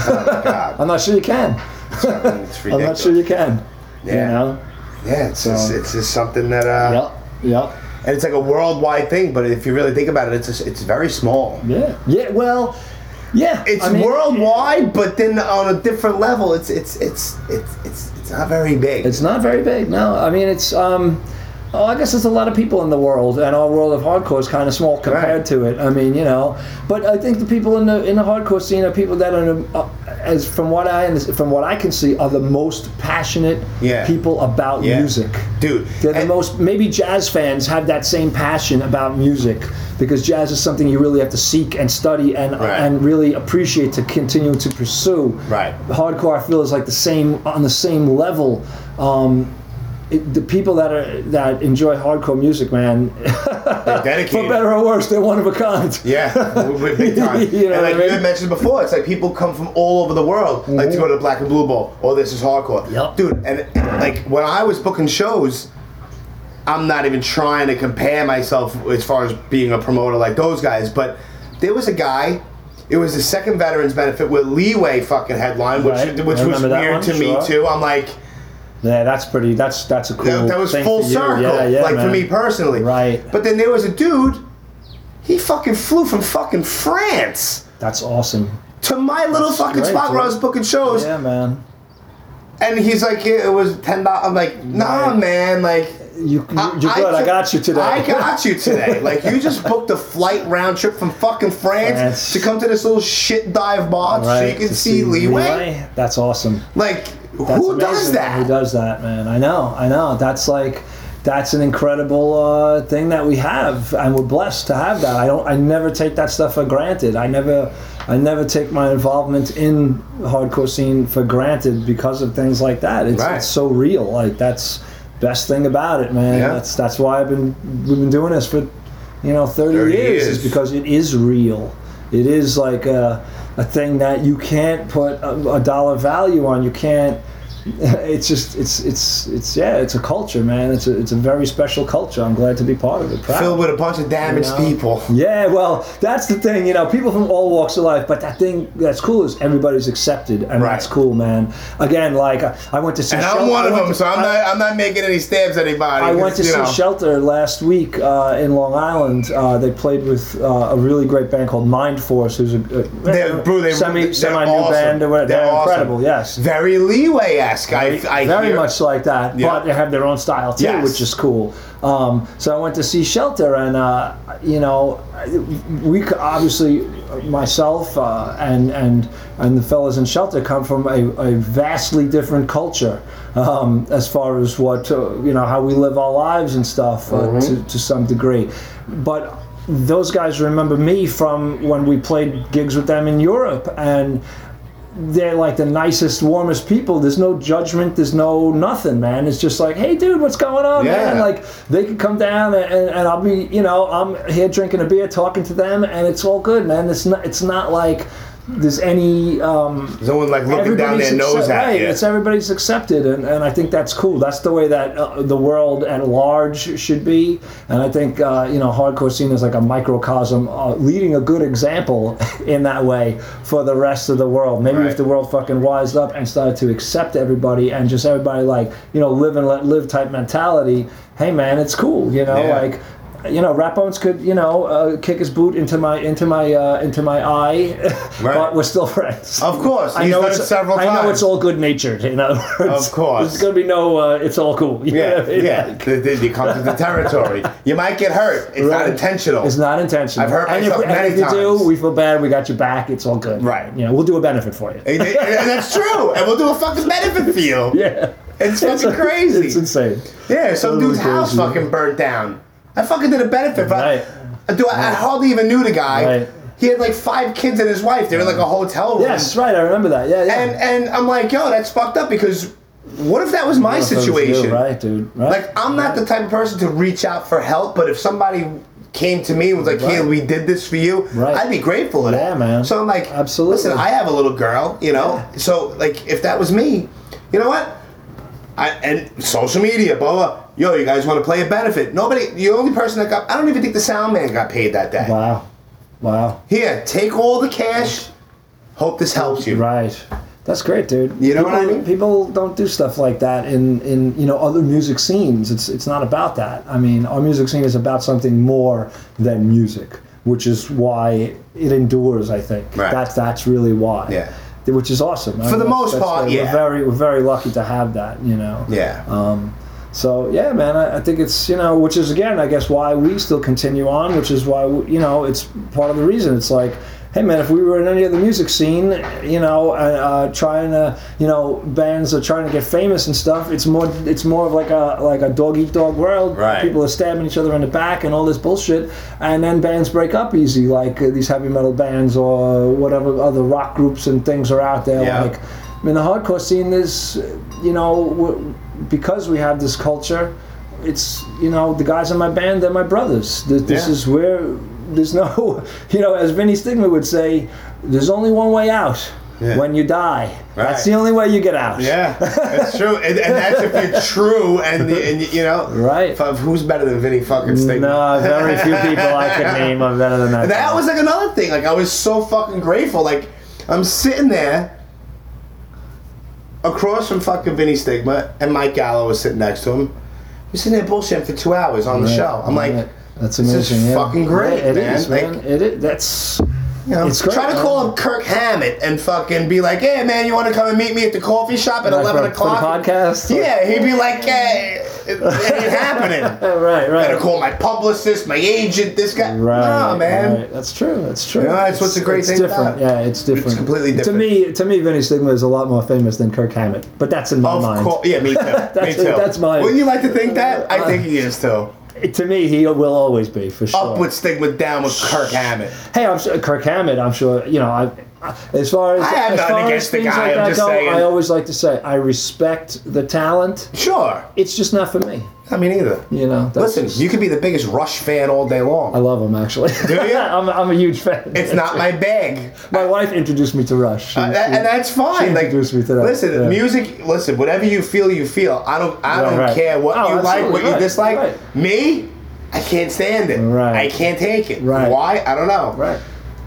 God,
I'm not sure you can.
it's
I'm not
ridiculous.
sure you can. You
Yeah.
know.
Yeah, it's just, it's just something that. Uh,
Yep. Yep.
and it's like a worldwide thing. But if you really think about it, it's just, it's very small.
Yeah. Yeah. Well, Yeah,
It's
I mean,
worldwide, but then on a different level. It's it's it's it's it's it's not very big.
It's not very big. No, I mean it's. Um, oh, I guess there's a lot of people in the world, and our world of hardcore is kind of small compared
Right.
to it. I mean, you know, but I think the people in the in the hardcore scene are people that are, uh, as from what I under- from what I can see, are the most passionate
Yeah.
people about
Yeah.
music.
dude.
They're the
and-
most. Maybe jazz fans have that same passion about music because jazz is something you really have to seek and study and
Right.
and really appreciate to continue to pursue.
Right.
Hardcore, I feel, is like the same on the same level. Um, it, the people that are that enjoy hardcore music, man,
dedicated.
for better or worse, they're one of a kind.
Yeah, we- we- big time.
You know
and
what
like
I mean?
you had mentioned before, it's like people come from all over the world, like to go to the Black and Blue Ball. Oh, this is hardcore,
Mm-hmm. Yup.
dude. And like when I was booking shows, I'm not even trying to compare myself as far as being a promoter like those guys. But there was a guy. It was the second Veterans Benefit where Leeway fucking headline, which
Right,
which was
I remember that
weird
one,
to
sure.
me too. I'm like,
Yeah, that's pretty. That's that's a cool.
that, that was
thing
full
for you.
circle,
Yeah, yeah,
like
man.
for me personally.
Right.
But then there was a dude. He fucking flew from fucking France
That's awesome.
to my little
That's
fucking
great,
spot where I
dude.
was booking shows,
Yeah, man.
and he's like, "Yeah, "It was ten dollars." I'm like, "Nah,
Right.
man, like."
You, you're good. I,
took-
got you today.
I got you today. Like you just booked a flight round trip from fucking France
France.
to come to this little shit dive bar so you
Right,
can
to
see, leeway.
That's awesome.
Like
That's
who does
amazing
that?
Who does that, man? I know, I know. That's like, that's an incredible uh, thing that we have, and we're blessed to have that. I don't, I never take that stuff for granted. I never, I never take my involvement in hardcore scene for granted because of things like that. It's,
Right.
it's so real. Like that's best thing about it, man.
Yeah.
That's that's why I've been we've been doing this for, you know, thirty,
30
years,
years.
Is because it is real. It is like a, a thing that you can't put a, a dollar value on. You can't it's just it's it's it's yeah it's a culture man it's a it's a very special culture i'm glad to be part of it proud.
Filled with a bunch of damaged
You know?
people.
yeah well that's the thing you know people from all walks of life but that thing that's cool is everybody's accepted and
Right.
that's cool man again like i, I went to some
And
shelter-
I'm one
I
of
went
them,
to-
so I'm
I-
not. I'm not making any stabs at anybody.
I went to
you
some
know.
shelter last week uh, in Long Island. Uh, they played with uh, a really great band called Mind Force, who's a, a
They're, bro, they
semi
they're
semi new
awesome.
band. Or whatever. They're,
awesome.
incredible. Yes,
Very leeway esque. I, I
very
hear.
much like that,
Yeah.
but they have their own style too,
Yes.
which is cool. Um, so I went to see Shelter, and uh, you know, we c- obviously myself uh, and and and the fellas in Shelter come from a, a vastly different culture um, as far as what uh, you know how we live our lives and stuff uh,
Mm-hmm.
to, to some degree, but those guys remember me from when we played gigs with them in Europe and they're like the nicest, warmest people. There's no judgment. There's no nothing, man. It's just like, hey, dude, what's going on, man?
Yeah.
Like they could come down and, and, and I'll be, you know, I'm here drinking a beer, talking to them, and it's all good, man. It's not, it's not like there's any um,
Someone like looking down their
Everybody's
nose
accept-
at
right,
you.
It's everybody's accepted, and, and I think that's cool. That's the way that uh, the world at large should be, and I think uh, you know hardcore scene is like a microcosm, uh, leading a good example in that way for the rest of the world. Maybe if
Right.
the world fucking wised up and started to accept everybody, and just everybody like you know live and let live type mentality. Hey man, it's cool, you know,
Yeah.
like. You know, Rat Bones could, you know, uh, kick his boot into my into my uh, into my eye, but
Right.
we're still friends.
Of course,
I
he's
know
done
it's
it several
I
times.
know it's all good natured. In other words,
Of course.
there's gonna be no. Uh, it's all cool. You know
Yeah,
what I mean?
yeah.
Like,
They- they- you come to the territory. You might get hurt. It's not
Right.
intentional.
It's not intentional.
I've hurt
and
myself
if, and
many
if you
times.
do, we feel bad. We got your back. It's all good.
Right.
Yeah, we'll do a benefit for you.
And- and- and that's true. And we'll do a fucking benefit for you.
Yeah.
It's fucking crazy.
It's insane.
Yeah, some
Totally
dude's house
crazy.
fucking burnt down. I fucking did a benefit, but
Right.
I, dude, I, I hardly even knew the guy.
Right.
He had like five kids and his wife. They were in like a hotel room.
Yes, right. I remember that. Yeah, yeah.
And and I'm like, yo, that's fucked up because what if that was my
That's what it was to do,
situation?
right, dude? Right.
Like I'm not the type of person to reach out for help, but if somebody came to me and was like, "Hey,
Right.
we did this for you,"
Right.
I'd be grateful to
Yeah,
that,
man.
So I'm like,
Absolutely.
Listen, I have a little girl, you know. So like, if that was me, you know what? I and social media, blah blah. Yo, you guys want to play a benefit? Nobody. The only person that got, I don't even think the sound man got paid that day.
wow, wow.
Here, take all the cash. Hope this helps you.
Right. That's great, dude.
You know what
People-
I mean?
People don't do stuff like that in, in you know other music scenes. It's it's not about that. I mean, our music scene is about something more than music. which is why it endures. I think
Right.
that's that's really why.
Yeah.
Th- Which is awesome.
For the most part, yeah.
We're very we're very lucky to have that. You know.
Yeah.
Um, so yeah, man, I, I think it's you know, which is again, I guess why we still continue on, which is why we, you know it's part of the reason. It's like, hey, man, if we were in any other music scene, you know, uh, uh, trying to you know bands are trying to get famous and stuff. It's more it's more of like a like a dog eat dog world.
Right.
People are stabbing each other in the back and all this bullshit, and then bands break up easy, like uh, these heavy metal bands or whatever other rock groups and things are out there.
Yeah.
Like I mean, the hardcore scene is, you know, w- because we have this culture, it's, you know, the guys in my band, they're my brothers. Th- This
Yeah.
is where, there's no, you know, as Vinny Stigma would say, there's only one way out
Yeah.
when you die. That's
Right.
the only way you get out.
Yeah, that's true, and, and that's if you're true, and the, and you know,
Right.
F- Who's better than Vinny fucking Stigma?
No, very few people I could name are better than that.
That
guy.
was like another thing. Like I was so fucking grateful. Like I'm sitting there across from fucking Vinny Stigma, and Mike Gallo was sitting next to him. We're sitting there bullshitting for two hours on the show. I'm like,
Right. that's
this
amazing.
is
yeah.
fucking great,
Yeah, it
man.
is,
Like-
man. It is. That's.
you know,
It's great,
try to
man.
call him Kirk Hammett and fucking be like, hey man, you want to come and meet me at the coffee shop at
Like
eleven
for- for the
o'clock?
podcast?
Yeah, he'd be like, hey, it, it ain't happening.
Right, right.
Better call my publicist, my agent, this guy.
Right.
no, man.
right. That's true. That's true.
You know, that's what's
It's-
a great
it's
thing
Different.
about it.
yeah, it's different.
completely different.
To me, to me, Vinny Stigma is a lot more famous than Kirk Hammett, but that's in my
Of
mind.
course, yeah, me too.
That's-
me too.
that's mine. Uh,
Wouldn't you like to think that? I think he is too.
To me, he will always be for sure.
Up with stigma, down with Kirk Hammett.
hey, I'm sure Kirk Hammett. I'm sure you know. I, I- as far as
I have
as
nothing
far
against
as
the
things
guy,
like
I'm
that
just
go,
saying.
I always like to say I respect the talent.
Sure,
It's just not for me.
I mean either.
You know. That's
Listen,
just-
you could be the biggest Rush fan all day
I
long.
love him actually. Do
you?
I'm, I'm a huge fan.
It's not my bag.
my wife introduced me to Rush. She-
Uh, that- and that's fine.
she
Like,
introduced me to that,
listen,
yeah.
music. Listen, whatever you feel, you feel. I don't. I
Right,
don't
right.
care what
Oh,
you like, what
absolutely,
you
right,
dislike.
right.
Me, I can't stand it.
Right.
I can't take it.
Right.
Why? I don't know.
right.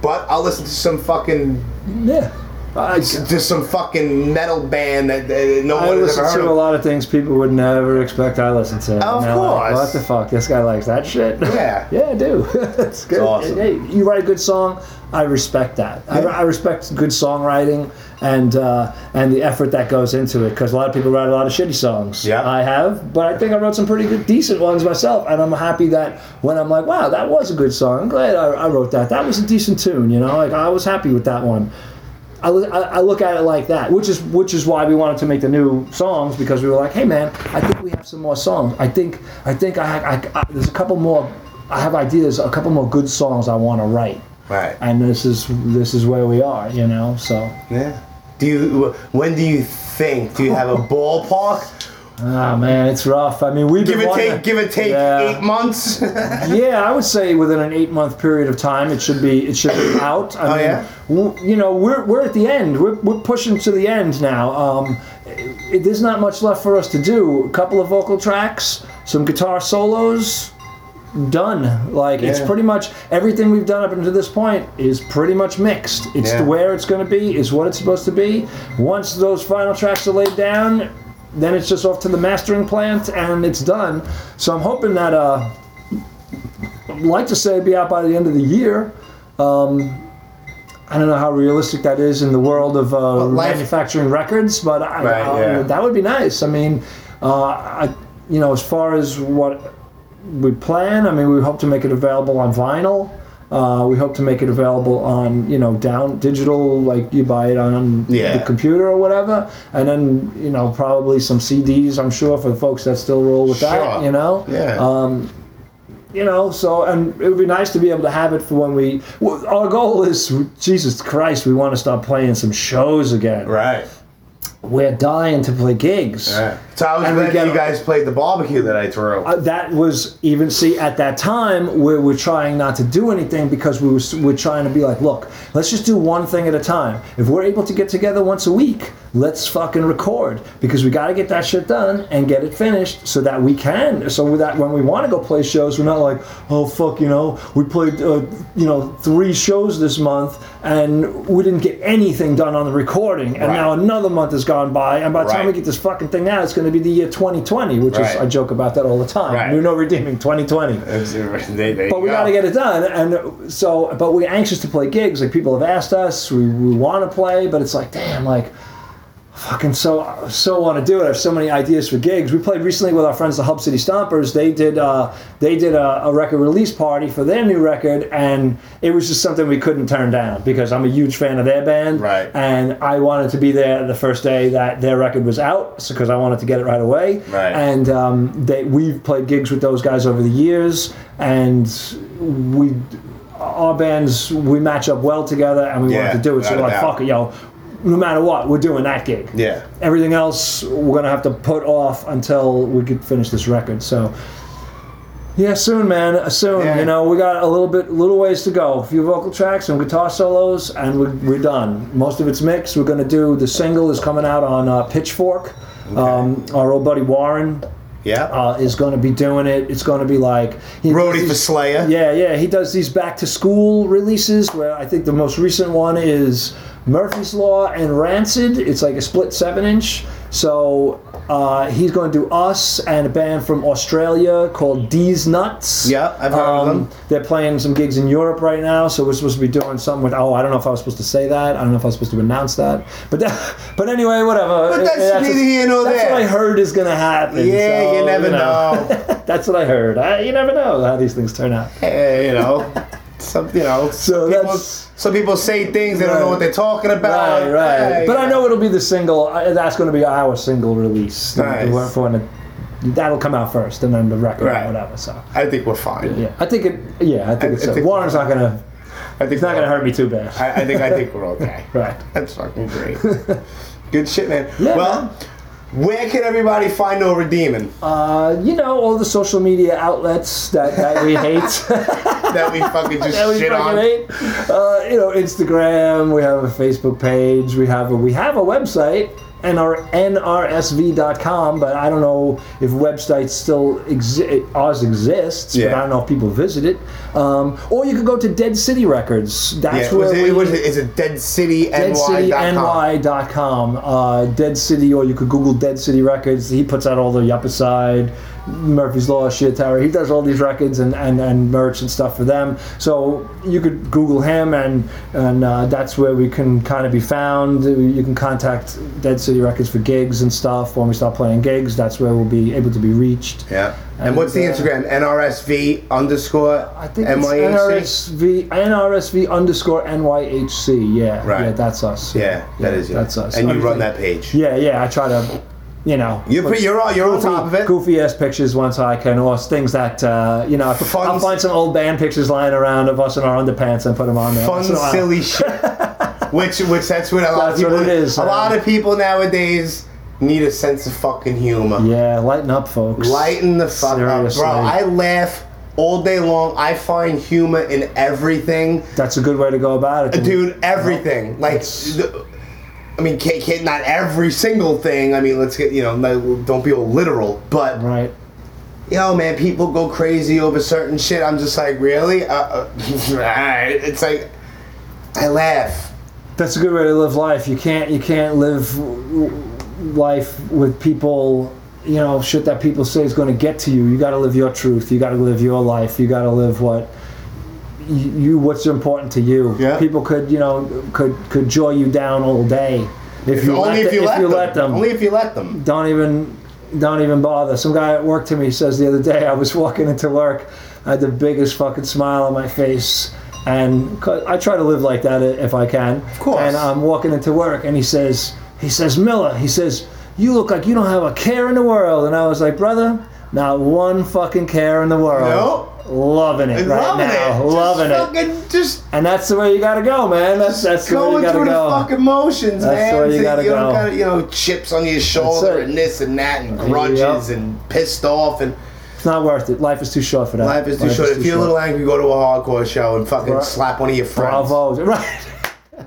But I'll listen to some fucking
Yeah. I,
just some fucking metal band that uh, no
I
one has
listen
ever heard
to a
of.
lot of things people would never expect I listen to. And
Of
they're like,
course.
what the fuck? This guy likes that shit.
Yeah.
yeah, I do. That's good.
awesome.
Hey, you write a good song. I respect that. I, I respect good songwriting and uh, and the effort that goes into it. Because a lot of people write a lot of shitty songs.
Yeah.
I have, but I think I wrote some pretty good, decent ones myself. And I'm happy that when I'm like, wow, that was a good song. I'm glad I, I wrote that. That was a decent tune. You know, like I was happy with that one. I, li- I, I look at it like that, which is which is why we wanted to make the new songs because we were like, hey man, I think we have some more songs. I think I think I, I, I there's a couple more. I have ideas, a couple more good songs I want to write,
Right.
and this is this is where we are, you know. So
Yeah. Do you? When do you think? Do you have a ballpark?
ah man, it's rough. I mean, we've
Give
been
or
wanting-
take. Give or take.
Yeah.
Eight months.
yeah, I would say within an eight month period of time, it should be it should be out. I
Oh,
mean,
yeah?
w- you know, we're, we're at the end. We're, we're pushing to the end now. Um, it, there's not much left for us to do. A couple of vocal tracks, some guitar solos. Done. Like it's
Yeah.
pretty much everything we've done up until this point is pretty much mixed. It's
Yeah.
where it's going to be. It's what it's supposed to be. Once those final tracks are laid down, then it's just off to the mastering plant and it's done. So I'm hoping that uh, like to say be out by the end of the year. Um, I don't know how realistic that is in the world of uh,
life-
manufacturing records, but I,
Right,
I-
yeah.
that would be nice. I mean, uh, I, you know, as far as what we plan, I mean, we hope to make it available on vinyl. Uh, we hope to make it available on you know down digital, like you buy it on
Yeah.
the computer or whatever, and then you know probably some CDs. I'm sure for the folks that still roll with
Sure.
that, you know
Yeah.
you know so and it would be nice to be able to have it for when we well, our goal is jesus christ we want to start playing some shows again
right.
we're dying to play gigs
Right. So I was
And we
glad
get-
that you guys played the barbecue that I threw.
Uh, that was even see at that time we were trying not to do anything because we were, s- we're trying to be like look let's just do one thing at a time if we're able to get together once a week let's fucking record because we got to get that shit done and get it finished so that we can so that when we want to go play shows we're not like oh fuck you know we played uh, you know three shows this month and we didn't get anything done on the recording and
Right.
now another month has gone by and by the time we
Right.
get this fucking thing out it's going to be the year 2020 which is
Right.
I joke about that all the time
Right.
We're no redeeming 2020 but we got to get it done. And so, but we're anxious to play gigs. Like people have asked us, we, we want to play, but it's like, damn, like, fucking so so want to do it. I have so many ideas for gigs. We played recently with our friends the Hub City Stompers. They did uh, they did a, a record release party for their new record, and it was just something we couldn't turn down because I'm a huge fan of their band,
Right.
And I wanted to be there the first day that their record was out, because I wanted to get it right away,
Right.
And um, they we've played gigs with those guys over the years, and we. Our bands, we match up well together, and we
Yeah,
wanted to do it. So
without
we're
a
like,
doubt.
"Fuck it, yo!" No matter what, we're doing that gig.
Yeah.
Everything else we're gonna have to put off until we could finish this record. So yeah, soon, man, uh, soon.
Yeah.
You know, we got a little bit, little ways to go. A few vocal tracks and guitar solos, and we're, we're done. Most of it's mixed. We're gonna do the single is coming out on uh, Pitchfork. Um, our old buddy Warren
Yeah.
uh, is going to be doing it. It's going to be like he
Roadie for Slayer.
Yeah, yeah. He does these back to school releases where I think the most recent one is Murphy's Law and Rancid. It's like a split seven inch. So uh, he's going to do us and a band from Australia called D's Nuts. Um,
Yeah, I've heard of them.
They're playing some gigs in Europe right now, so we're supposed to be doing something with. Oh, I don't know if I was supposed to say that. I don't know if I was supposed to announce that. But that, but anyway, whatever.
But that's
just-
neither here nor
that's
there.
what I heard is going to happen.
Yeah,
so,
you never know.
that's what I heard. I, you never know how these things turn out.
Eh, you know, some you know.
So
some people,
that's-
some people say things they don't know
Right.
what they're talking about.
Right, right.
Eh,
but I
you
know it'll be the single. I, that's going to be our single release.
Nice.
The one for when it- that'll come out first, and then the record,
Right.
or whatever. So
I think we're fine.
yeah, I think it. Yeah, I think
I-
it's.
I think-
Warren's not going to.
I think
It's not going to hurt me too bad.
I, I think I think we're okay.
Right.
That's fucking great. Good shit, man.
Yeah,
well,
man.
where can everybody find No Redeeming
Uh, you know all the social media outlets that, that we hate.
that we fucking just
that we
shit on?
fucking hate. Uh, you know, Instagram. We have a Facebook page. We have a, we have a website. NR, nrsv.com, but I don't know if websites still exist. Ours exists, but
Yeah.
I don't know if people visit it. Um, or you could go to Dead City Records.
Yeah,
That's
it was,
where
it
we,
was, it's a deadcityny.com.
DeadCityNY.com. Uh, Dead City, or you could Google Dead City Records. He puts out all the Yuppa Side, Murphy's Law, Shit Tower. He does all these records and, and, and merch and stuff for them. So you could Google him, and and uh, that's where we can kind of be found. You can contact Dead City Records for gigs and stuff. When we start playing gigs, that's where we'll be able to be reached.
Yeah. And,
And,
what's the
uh,
Instagram? NRSV underscore
I think
NYHC?
it's NRSV, NRSV underscore NYHC. Yeah,
Right.
yeah, that's us.
Yeah, that is you.
that's us.
And you
Everything.
run that page.
Yeah, yeah. I try to, you know.
You're, pretty, you're, on, you're on top of it.
Goofy ass pictures once I can, or things that uh, you know.
Fun-
I'll find some old band pictures lying around of us in our underpants and put them on there.
Fun,
once in a while.
silly shit. Which, which that's what a lot
That's
of people.
what it is,
A
man.
lot of people nowadays need a sense of fucking humor.
Yeah, lighten up, folks.
Lighten the fuck up,
Seriously.
bro. I laugh all day long. I find humor in everything,
That's a good way to go about it,
dude. Everything. Like,
That's-
the- I mean, can't, can't- not every single thing. I mean, let's get you know, no- don't be all literal, but
Right.
yo, man, people go crazy over certain shit. I'm just like, really? Uh, uh, all right. It's like, I laugh.
That's a good way to live life. You can't. You can't live w- w- life with people. You know, shit that people say is going to get to you. You got to live your truth. You got to live your life. You got to live what you you- what's important to you.
Yeah.
People could you know could could jaw you down all day if you
Only
let
if
the-
you, let, them.
them.
Only if you let them.
Don't even don't even bother. Some guy at work to me says the other day I was walking into work, I had the biggest fucking smile on my face. And 'cause I try to live like that i- if I can. Of
course.
And I'm walking into work, and he says, he says, Miller, he says, you look like you don't have a care in the world. And I was like, brother, not one fucking care in the world.
Nope.
Loving it right
loving
now.
it.
Loving
just
it.
Fucking just
And that's the way you gotta go, man. That's that's the way you
going
gotta
through
go.
the fucking motions,
That's
man.
the way you
So
gotta
don't
go.
gotta, you know, chips on your shoulder
it.
and this and that and grudges
Yep.
and pissed off and
it's not worth it. Life is too short for that.
life is too short. If you're a little angry, go to a hardcore show and fucking
Right.
slap one of your friends.
Bravo. Right.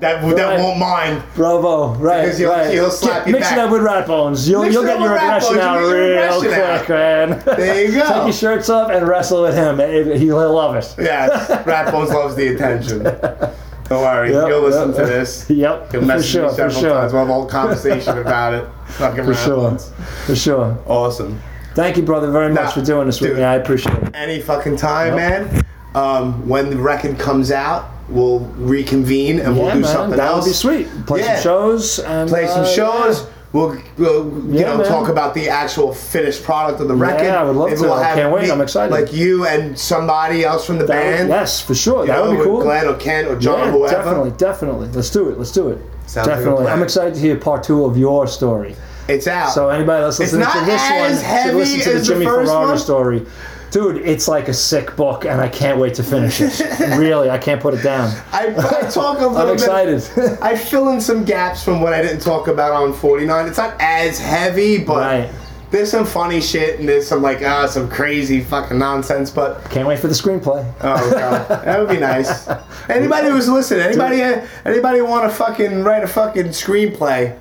that that
Right.
won't mind.
Bravo, right?
Because he'll-
right.
he'll slap
Get-
you
mix
back.
it up with rat bones. You'll,
Mix
you'll
it
get
up
your
with rat
aggression
bones,
out
you'll get your
real
aggression out.
quick, man.
There you
Take
go.
your shirts off and wrestle with him. It- He'll he'll love it.
Yes, Rat Bones loves the attention. Don't worry,
Yep,
he'll listen
yep.
to this.
Yep,
He'll
for
message
sure,
me
for
several
sure.
times. We'll have a whole conversation about it. Fucking
For
Rat
sure,
Bones.
for sure.
Awesome.
Thank you, brother, very much
Nah,
for doing this with
dude.
me. I appreciate it.
Any fucking time,
Yep.
man. Um, when the record comes out, we'll reconvene and we'll
yeah,
do
man,
something
that
else.
would be sweet. Play
Yeah.
some shows and
Play some
uh,
shows. We'll, we'll you
Yeah,
know
man.
talk about the actual finished product of the record.
I would love
Maybe
to.
we'll
I
have
can't wait.
me-
I'm excited.
Like you and somebody else from the
yeah.
band.
Yes, for sure.
You
that
know,
would be
with
cool.
Glenn or Ken or John,
yeah,
whoever.
definitely, definitely. Let's do it. Let's do it.
Sounds like a
definitely.
plan.
I'm excited to hear part two of your story.
It's out.
So anybody that's
It's
listening to
not
this
as
one should listen
heavy
to the
as the
Jimmy
first
Ferrara
one.
story. Dude, it's like a sick book, and I can't wait to finish it. really, I can't put it down.
I, I talk a little
I'm
bit.
excited.
I fill in some gaps from what I didn't talk about on 49. It's not as heavy, but
Right.
there's some funny shit and there's some like ah some crazy fucking nonsense. But
can't wait for the screenplay.
oh god, that would be nice. Anybody who's listening, anybody anybody want to fucking write a fucking screenplay?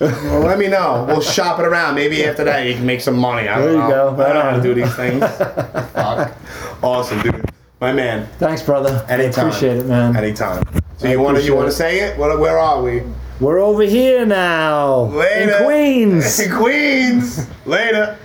well, let me know. We'll shop it around. Maybe after that you can make some money. I don't
There you
know.
go.
I
Right
don't know how
on.
to do these things. Fuck. Awesome, dude. My man.
Thanks, brother.
Anytime.
I appreciate it, man.
Anytime. So
I
you want to you
appreciate
want
it.
to say it? What, where are we?
We're over here now
Later.
in Queens.
Queens. Later.